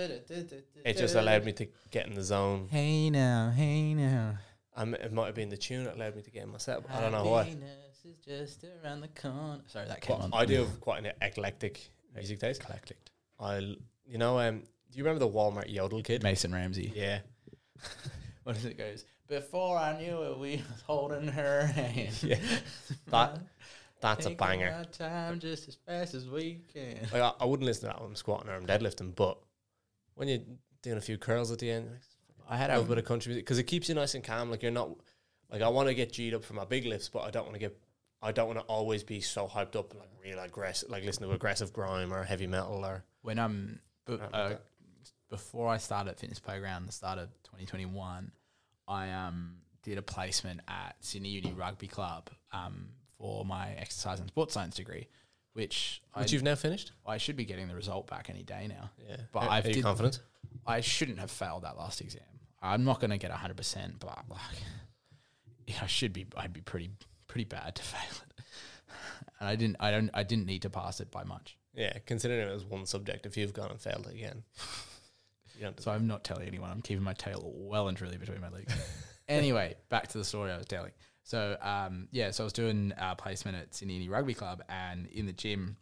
B: It just allowed me to get in the zone.
A: Hey now, hey now.
B: Um, it might have been the tune that allowed me to get in my setup. I don't know why.
A: Happiness is just around the corner. Sorry, that came
B: But
A: on.
B: I do have quite an eclectic music taste.
A: Eclectic.
B: I, you know, um, do you remember the Walmart Yodel kid?
A: Mason Ramsey.
B: Yeah,
A: What does it goes? Before I knew it, we was holding her hand.
B: Yeah. That- that's a
A: Taking
B: banger.
A: our time just as fast as we can.
B: Like I, I wouldn't listen to that when I'm squatting or I'm deadlifting, but when you're doing a few curls at the end, like,
A: I had
B: a little
A: a
B: bit of country music because it keeps you nice and calm. Like you're not like I want to get G'd up for my big lifts, but I don't want to get I don't want to always be so hyped up and like real aggressive, like listen to aggressive grime or heavy metal or
A: when I'm bu-
B: Right,
A: uh,
B: okay.
A: before I started at Fitness Playground, the start of 2021, I um did a placement at Sydney Uni Rugby Club um for my exercise and sports science degree, which I,
B: which you've now finished.
A: I should be getting the result back any day now.
B: Yeah,
A: But
B: Are-
A: I've
B: are you
A: did-
B: confident?
A: I shouldn't have failed that last exam. I'm not going to get 100%, but like, yeah, I should be. I'd be pretty pretty bad to fail it. And I didn't. I don't. I didn't need to pass it by much.
B: Yeah, considering it was one subject, if you've gone and failed it again, you don't.
A: So I'm not telling anyone. I'm keeping my tail well and truly between my legs. anyway, back to the story I was telling. So um, yeah, so I was doing uh, placement at Sydney Uni Rugby Club, and in the gym,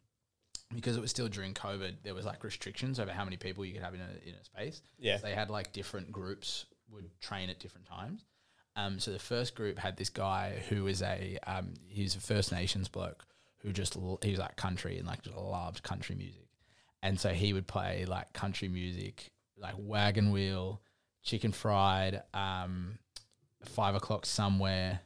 A: because it was still during COVID, there was like restrictions over how many people you could have in a in a space.
B: yeah,
A: They had like different groups would train at different times. Um, so the first group had this guy who was a um, he was a First Nations bloke who just l- he was like country and like just loved country music, and so he would play like country music like Wagon Wheel, Chicken Fried, um, Five O'clock Somewhere,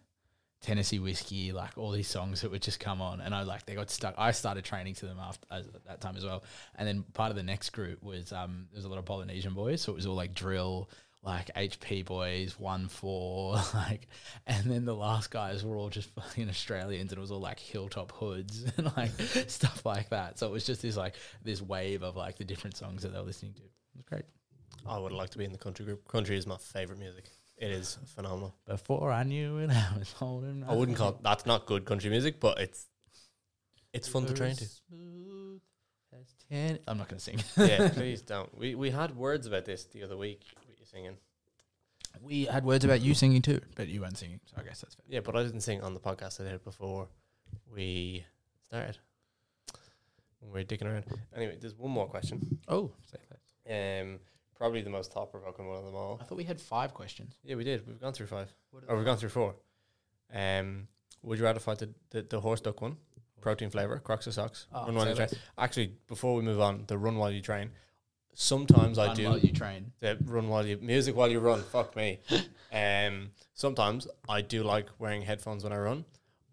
A: Tennessee Whiskey, like all these songs that would just come on, and I like they got stuck. I started training to them after as, at that time as well, and then part of the next group was um, there was a lot of Polynesian boys, so it was all like drill, like HP boys, one four, like, and then the last guys were all just fucking Australians, and it was all like hilltop hoods and like stuff like that. So it was just this like this wave of like the different songs that they were listening to. It was great.
B: I would like to be in the country group. Country is my favorite music. It is phenomenal.
A: Before I knew it, I was holding.
B: I wouldn't call that's not good country music, but it's it's fun to train to.
A: Smooth as ten. I'm not gonna sing.
B: yeah, please don't. We we had words about this the other week. What you singing?
A: We had words about you singing too, but you weren't singing, so I guess that's fair.
B: Yeah, but I didn't sing on the podcast I did it before we started. When we were dicking around. Anyway, there's one more question.
A: Oh, say that.
B: Um, probably the most thought provoking one of them all.
A: I thought we had five questions.
B: Yeah, we did. We've gone through five,
A: What
B: or we've gone through four. Um, would you rather fight the the, the horse duck one? Protein flavor, Crocs or socks?
A: Oh,
B: run while
A: say
B: you train. Actually, before we move on, the run while you train. Sometimes I
A: Run
B: do.
A: while you train.
B: the run while you music while you run. Fuck me. Um, sometimes I do like wearing headphones when I run.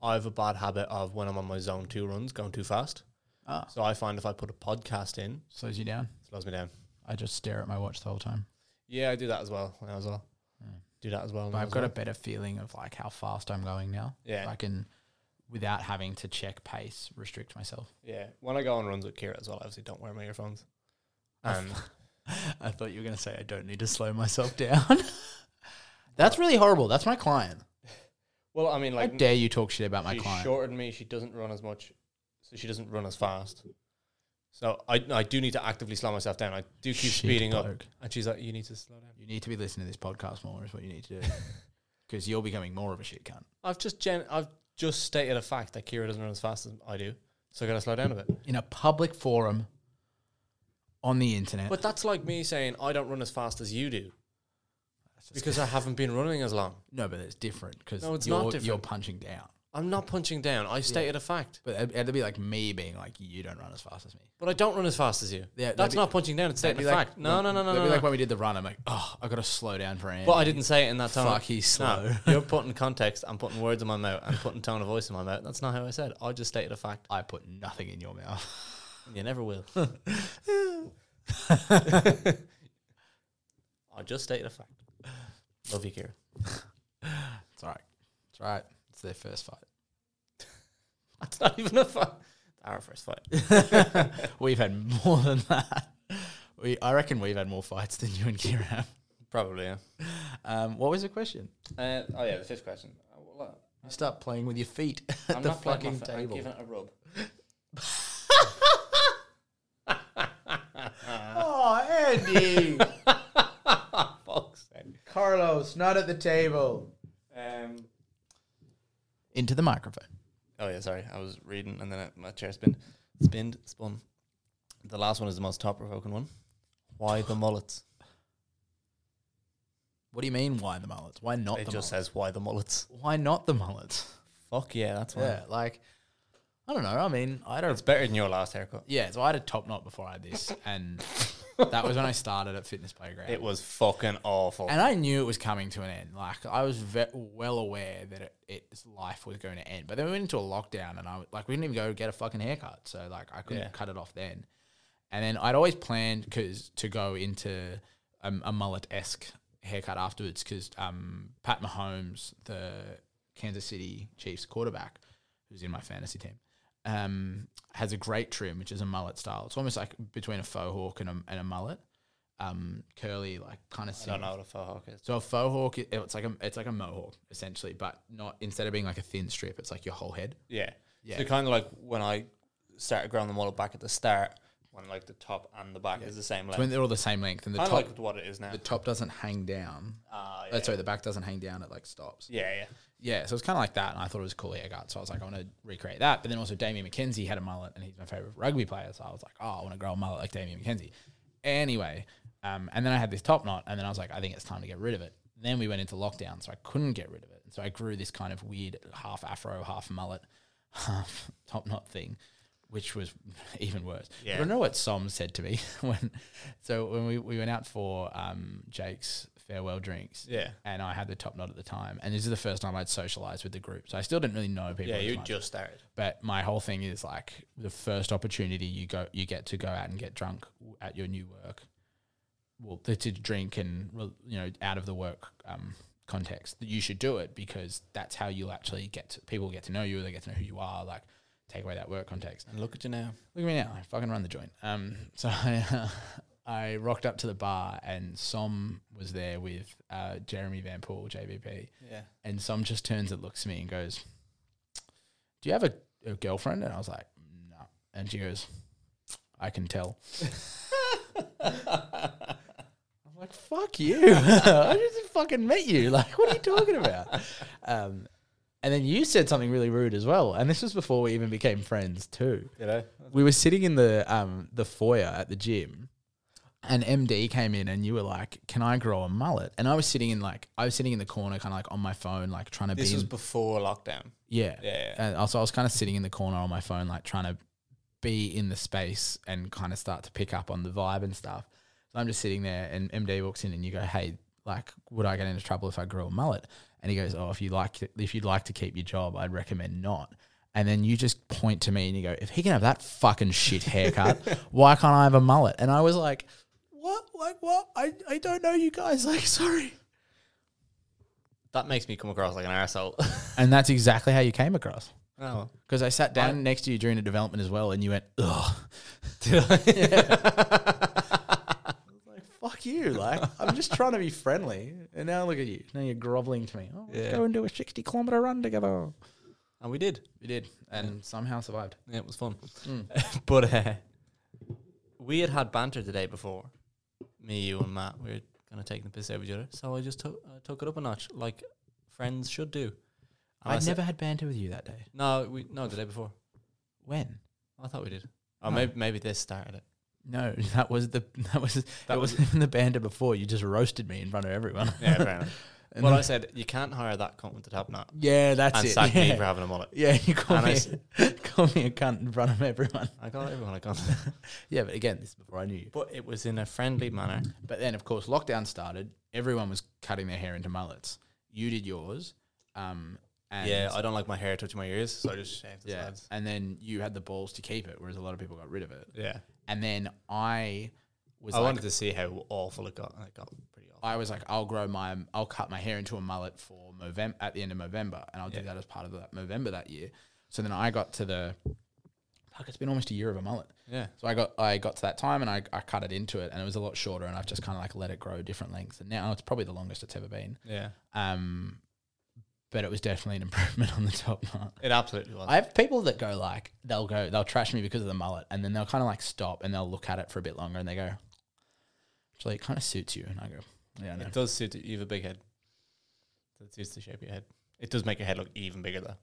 B: I have a bad habit of when I'm on my zone two runs going too fast.
A: Ah,
B: So I find if I put a podcast in,
A: slows you down.
B: it slows me down.
A: I just stare at my watch the whole time.
B: Yeah, I do that as well. Now as well,
A: Mm.
B: do that as well.
A: But I've got a better feeling of like how fast I'm going now.
B: yeah,
A: I can, without having to check pace, restrict myself.
B: yeah. When I go on runs with Kira as well, I obviously don't wear my earphones. And
A: I thought you were going to say I don't need to slow myself down. That's really horrible. That's my client.
B: well, I mean,
A: How
B: like
A: dare you talk shit about my
B: she's
A: client?
B: shorter than me. She doesn't run as much, so she doesn't run as fast. So I, I do need to actively slow myself down. I do keep
A: Shit
B: speeding up,
A: bloke.
B: and she's like, "You need to slow down."
A: You need to be listening to this podcast more. Is what you need to do because you're becoming more of a shit cunt
B: I've just gen- I've just stated a fact that Kira doesn't run as fast as I do, so I gotta slow down a bit.
A: in a public forum on the internet.
B: But that's like me saying I don't run as fast as you do.
A: That's just-
B: because I haven't been running as long.
A: no, but it's different because
B: No, it's
A: you're,
B: not
A: you're
B: different.
A: punching down.
B: I'm not punching down. I stated a fact,
A: But it'd, it'd be like me being like, you don't run as fast as me.
B: but I don't run as fast as you.
A: Yeah, that'd
B: that's
A: be-
B: not punching down. It's
A: That'd
B: stating
A: be
B: a
A: like
B: fact. No,
A: when-
B: no, no, no,
A: that'd
B: no.
A: be
B: no.
A: like when we did the run. I'm like, oh, I got to slow down for Andy.
B: but I didn't say it in that tone.
A: Fuck,
B: of,
A: he's slow.
B: No, you're putting context. I'm putting words in my mouth. I'm putting tone of voice in my mouth. That's not how I said. it. I just stated a fact.
A: I put nothing in your mouth.
B: You never will. I just stated a fact. Love you, Kira.
A: It's all right. It's all right. It's their first fight.
B: That's not even a fight. Our first fight.
A: we've had more than that. We, I reckon we've had more fights than you and Kieran. have.
B: Probably, yeah.
A: Um, what was the question?
B: Uh, oh, yeah, the fifth question. Uh, well, uh,
A: You start playing with your feet at the
B: playing my
A: fucking
B: fi-
A: table.
B: it a rub.
A: oh, Andy!
B: Fuck's sake.
A: Carlos, not at the table.
B: Um,
A: Into the microphone.
B: oh, yeah, sorry. I was reading and then it, my chair spinned. Spinned, spun. The last one is the most top provoking one. Why the mullets?
A: What do you mean, why the mullets? Why not
B: it
A: the
B: just
A: mullets?
B: says, why the mullets?
A: Why not the mullets?
B: Fuck yeah, that's why.
A: Yeah, like, I don't know. I mean, I don't.
B: It's better than your last haircut.
A: yeah, so I had a top knot before I had this, and that was when I started at Fitness Playground.
B: It was fucking awful.
A: and I knew it was coming to an end. Like I was ve- well aware that it, its life was going to end. But then we went into a lockdown, and I was- like we didn't even go get a fucking haircut, so like I couldn't
B: Yeah.
A: cut it off then. And then I'd always planned because to go into um, a, a mullet esque haircut afterwards because um, Pat Mahomes, the Kansas City Chiefs quarterback, who's in my fantasy team, um, has a great trim which is a mullet style. It's almost like between a faux hawk and a, and a mullet. Um, curly, like kind of
B: I don't know what a faux hawk is.
A: so a faux hawk, it- it's like a it's like a mohawk essentially, but not instead of being like a thin strip, it's like your whole head.
B: Yeah.
A: Yeah.
B: So kind of like when I started growing the model back at the start, when like the top and the back is the same length.
A: So when they're all the same length, and the
B: kind
A: top
B: of like what it is now.
A: the top doesn't hang down.
B: Ah,
A: Uh, sorry, the back doesn't hang down. It like stops.
B: yeah, yeah.
A: Yeah, so it's kind of like that, and I thought it was a cool haircut. So I was like, I want to recreate that. But then also Damien McKenzie had a mullet, and he's my favorite rugby player. So I was like, oh, I want to grow a mullet like Damien McKenzie. Anyway, um, and then I had this top knot, and then I was like, I think it's time to get rid of it. Then we went into lockdown, so I couldn't get rid of it, and so I grew this kind of weird half afro, half mullet, half top knot thing, which was even worse.
B: Yeah.
A: But I know what Som said to me when, so when we, we went out for um, Jake's farewell drinks,
B: Yeah.
A: and I had the top knot at the time. And this is the first time I'd socialized with the group. So I still didn't really know people.
B: Yeah,
A: as
B: you
A: much.
B: just started.
A: but my whole thing is like the first opportunity you go, you get to go out and get drunk at your new work. Well, to to drink and you know out of the work um, context, you should do it because that's how you'll actually get to, people get to know you. They get to know who you are. Like take away that work context.
B: And look at you now.
A: Look at me now. I fucking run the joint. Um, so I, uh, I rocked up to the bar and Som was there with uh, Jeremy Van Pool, JVP.
B: Yeah.
A: And Som just turns and looks at me and goes, Do you have a, a girlfriend? And I was like, No. And she goes, I can tell. I'm like, Fuck you. I just fucking met you. Like, what are you talking about? Um, and then you said something really rude as well. And this was before we even became friends, too
B: You know?
A: we were sitting in the um the foyer at the gym and MD came in and you were like, "Can I grow a mullet?" And I was sitting in like I was sitting in the corner, kind of like on my phone, like trying to
B: This
A: be
B: was
A: in,
B: before lockdown.
A: yeah.
B: Yeah.
A: And also, I was kind of sitting in the corner on my phone, like trying to be in the space and kind of start to pick up on the vibe and stuff. So I'm just sitting there, and MD walks in, and you go, "Hey, like, would I get into trouble if I grew a mullet?" And he goes, "Oh, if you like, to, if you'd like to keep your job, I'd recommend not." And then you just point to me and you go, "If he can have that fucking shit haircut, why can't I have a mullet?" And I was like, "What? Like what? I I don't know you guys. Like, sorry."
B: That makes me come across like an arsehole.
A: And that's exactly how you came across.
B: oh.
A: Because I sat down next to you during the development as well, and you went, "Ugh." like fuck you! Like I'm just trying to be friendly, and now look at you. Now you're groveling to me. Oh,
B: Yeah.
A: let's go and do a sixty kilometer run together.
B: And we did.
A: We did, and somehow survived.
B: Yeah, it was fun. but uh, we had had banter the day before. Me, you, and Matt. We were kind of taking the piss out of each other. So I just took I took it up a notch, like friends should do. And I
A: I'd
B: said-
A: never had banter with you that day.
B: No, we no the day before.
A: When?
B: I thought we did. Oh,
A: No.
B: maybe maybe this started it.
A: No, that was the that was that was even the banter before. You just roasted me in front of everyone.
B: Yeah, fair enough.
A: And
B: well,
A: then-
B: I said you can't hire that cunt with the top knot
A: yeah, that's
B: and
A: it.
B: sack me for
A: Yeah.
B: having a mullet.
A: yeah, you call
B: And I
A: me
B: s-
A: call me a cunt in front of everyone.
B: I got everyone a cunt,
A: Yeah, but again, this is before I knew you.
B: but it was in a friendly manner.
A: But then, of course, lockdown started. Everyone was cutting their hair into mullets. You did yours. Um, and
B: yeah, I don't like my hair touching my ears, so I just shaved the
A: yeah,
B: sides.
A: and then you had the balls to keep it, whereas a lot of people got rid of it.
B: Yeah,
A: And then I was
B: I
A: like,
B: wanted to see how awful it got, and it got pretty awful.
A: I was like, I'll grow my, I'll cut my hair into a mullet for November at the end of November, and I'll do that as part of that November that year. So then I got to the, fuck, it's been almost a year of a mullet.
B: Yeah,
A: So I got I got to that time and I, I cut it into it and it was a lot shorter and I've just kind of like let it grow different lengths and now it's probably the longest it's ever been.
B: yeah,
A: Um, but it was definitely an improvement on the top knot.
B: it absolutely was.
A: I have people that go like they'll go they'll trash me because of the mullet and then they'll kind of like stop and they'll look at it for a bit longer and they go, actually it kind of suits you and I go, yeah, I know.
B: It does suit you. You have a big head. That suits the shape of your head. It does make your head look even bigger though.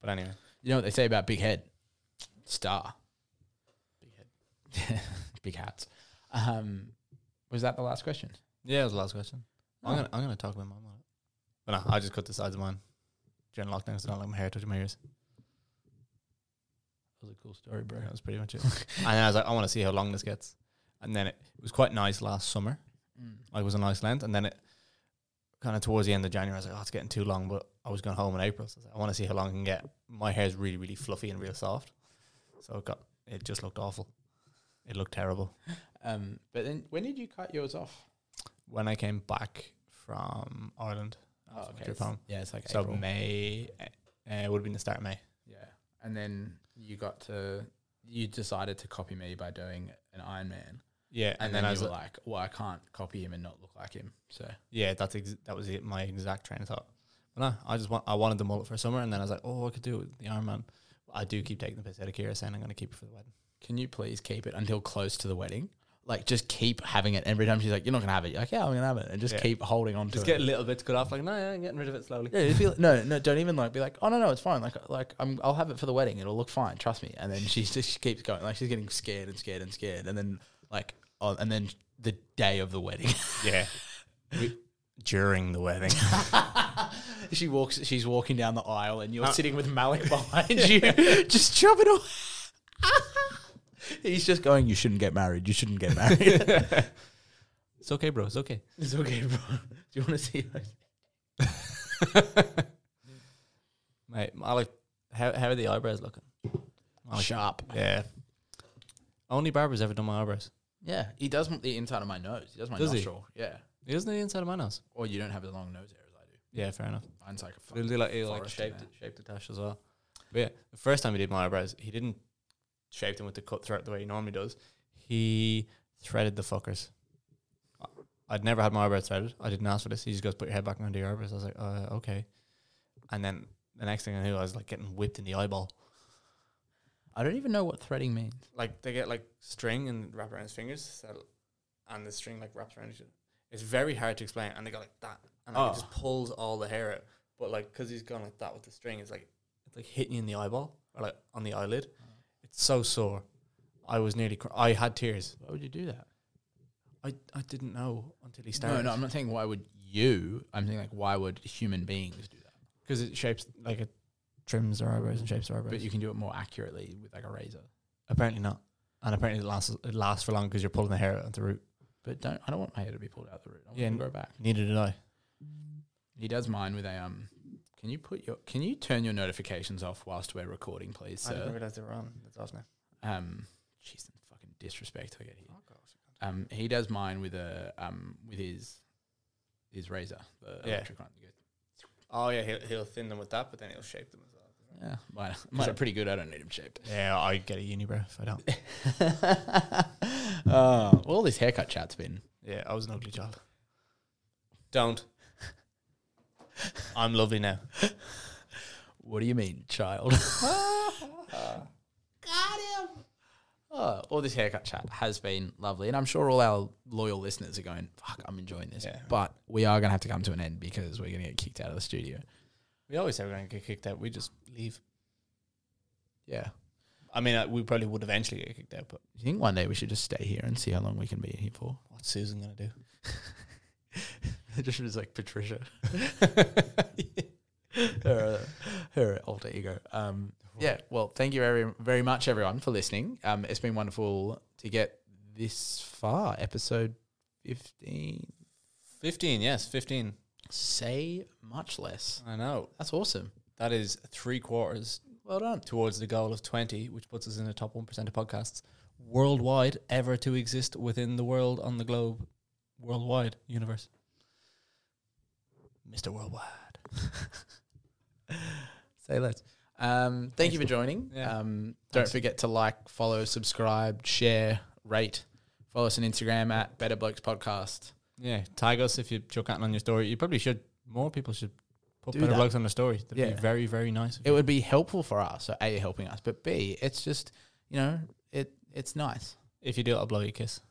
B: But anyway,
A: You know what they say about big head, star,
B: big head.
A: big hats. Um, was that the last question?
B: Yeah, that was the last question.
A: Oh.
B: I'm gonna I'm gonna talk about my mullet. But no, I just cut the sides of mine during lockdown because I don't like my hair touching my ears.
A: That was a cool story, bro.
B: That was pretty much it. and then I was like, I want to see how long this gets. And then it, it was quite nice last summer.
A: Mm.
B: Like it was a nice length. And then it kind of towards the end of January, I was like, oh, it's getting too long. But I was going home in April. So I, was like, I want to see how long I can get. My hair's really, really fluffy and real soft. So it got it just looked awful. It looked terrible.
A: Um, but then when did you cut yours off?
B: When I came back from Ireland,
A: Oh,
B: after my
A: okay.
B: trip home.
A: Yeah, it's like
B: So
A: April.
B: May uh, would have been the start of May.
A: Yeah, and then you got to you decided to copy me by doing an Iron Man,
B: Yeah,
A: and, then, I was like, well, I can't copy him and not look like him. So
B: Yeah, that's ex- that was it, my exact train of thought. But no, I just want I wanted the mullet for summer, and then I was like, oh, I could do it with the Iron Man. I do keep taking the piss out of Kira, saying I'm going to keep it for the wedding.
A: can you please keep it until close to the wedding? Like just keep having it every time she's like, you're not gonna have it. You're like, yeah, I'm gonna have it, and just
B: Yeah.
A: keep holding on to
B: Just
A: it.
B: get a little bit to cut off. Like, no, yeah, I'm getting rid of it slowly.
A: Yeah, if you no, no, don't even like be like, oh no, no, it's fine. Like, like I'm, I'll have it for the wedding. It'll look fine, trust me. And then she just she keeps going, like she's getting scared and scared and scared, and then like, oh, and then the day of the wedding,
B: Yeah. We, during the wedding,
A: she walks, she's walking down the aisle, and you're sitting with Malik behind you, just chop it off. He's just going, you shouldn't get married. You shouldn't get married.
B: it's okay, bro. It's okay.
A: it's okay, bro. Do you want to see?
B: Mate, Malik, how how are the eyebrows looking? Malik,
A: Sharp.
B: yeah. Only barber's ever done my eyebrows.
A: Yeah, he does the inside of my nose. He does my
B: Does he?
A: nostril. Yeah.
B: He doesn't do the inside of my nose.
A: Or you don't have as long nose hair as I do.
B: Yeah, fair enough.
A: Mine's like a fucking
B: He'll do like, he'll like
A: Forest
B: shape,
A: in
B: the, shape the tash as well. But yeah, the first time he did my eyebrows, he didn't shape them with the cut throughout the way he normally does. He threaded the fuckers. I- I'd never had my eyebrows threaded. I didn't ask for this. He just goes, put your head back under your eyebrows. I was like, uh, okay. And then the next thing I knew, I was like getting whipped in the eyeball.
A: I don't even know what threading means.
B: Like they get like string and wrap around his fingers, so- and the string like wraps around. Each other. It's very hard to explain. And they go like that, and like,
A: Oh.
B: it just pulls all the hair out. But like because he's gone like that with the string, it's like it's like hitting you in the eyeball or like on the eyelid. It's so sore. I was nearly. Cr- I had tears.
A: Why would you do that?
B: I, I didn't know until he
A: No,
B: started.
A: no, I'm not saying why would you. I'm saying like why would human beings do that?
B: because it shapes like it trims their eyebrows and shapes their eyebrows.
A: But you can do it more accurately with like a razor.
B: apparently not. And apparently it lasts it lasts for long because you're pulling the hair out at the root.
A: But don't I don't want my hair to be pulled out the root. I want
B: Yeah,
A: it to
B: n-
A: grow back.
B: Neither did I.
A: He does mine with a um. Can you put your Can you turn your notifications off whilst we're recording, please,
B: I didn't
A: sir?
B: realize they were on. It's off now.
A: Um, jeez, the fucking disrespect I get here. Um, he does mine with a um with his his razor, the
B: Yeah.
A: electric one. You go,
B: Oh yeah, he'll, he'll thin them with that, but then he'll shape them as well.
A: Yeah, mine, mine are pretty good. I don't need them shaped.
B: Yeah, I get a uni, bro. If I don't.
A: oh, all this haircut chat's been
B: Yeah, I was an ugly child. Don't. I'm lovely now.
A: What do you mean, child? Got him. Oh, all this haircut chat has been lovely, and I'm sure all our loyal listeners are going, "Fuck, I'm enjoying this."
B: Yeah.
A: But we are going to have to come to an end because we're going to get kicked out of the studio.
B: We always say we're going to get kicked out. We just leave.
A: Yeah,
B: I mean, uh, we probably would eventually get kicked out, but
A: you think one day we should just stay here and see how long we can be in here for?
B: what's Susan gonna do?
F: just was like Patricia. her, her alter ego. Um,
A: Yeah. Well, thank you very, very much, everyone, for listening. Um, it's been wonderful to get this far. Episode 15.
B: Fifteen, yes, fifteen.
A: Say much less.
B: I know
A: That's awesome.
B: that is three quarters
A: Well done.
B: towards the goal of twenty, which puts us in the top one percent of podcasts worldwide ever to exist within the world on the globe, worldwide universe. Mister Worldwide.
A: Say less. Um, thank you for joining.
B: Yeah.
A: Um, don't forget to like, follow, subscribe, share, rate. Follow us on Instagram at Better Blokes Podcast.
B: Yeah, tag us if you chuck out on your story. You probably should. More people should put
A: Do
B: better
A: that.
B: blogs on their story. That'd
A: Yeah.
B: be very, very nice. if
A: It would be helpful for us. So A, helping us, but B, it's just, you know, it it's nice.
B: If you do, I'll blow you a kiss.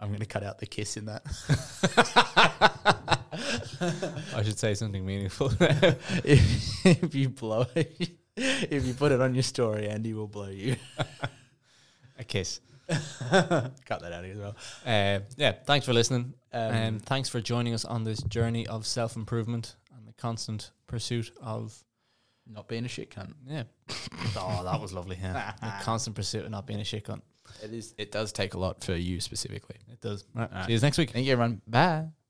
A: I'm going to cut out the kiss in that.
B: I should say something meaningful.
A: if, if you blow it, if you put it on your story, Andy will blow you.
B: a kiss.
A: Cut that out as well.
B: Uh, yeah, thanks for listening.
A: Um,
B: Um, thanks for joining us on this journey of self improvement and the constant pursuit of.
A: not being a shit cunt.
B: Yeah. oh, that was lovely. Yeah. the constant pursuit of not being a shit cunt.
A: It is. It does take a lot for you specifically.
B: It does. Right.
A: Alright.
B: See you next week.
A: Thank you, everyone. Bye.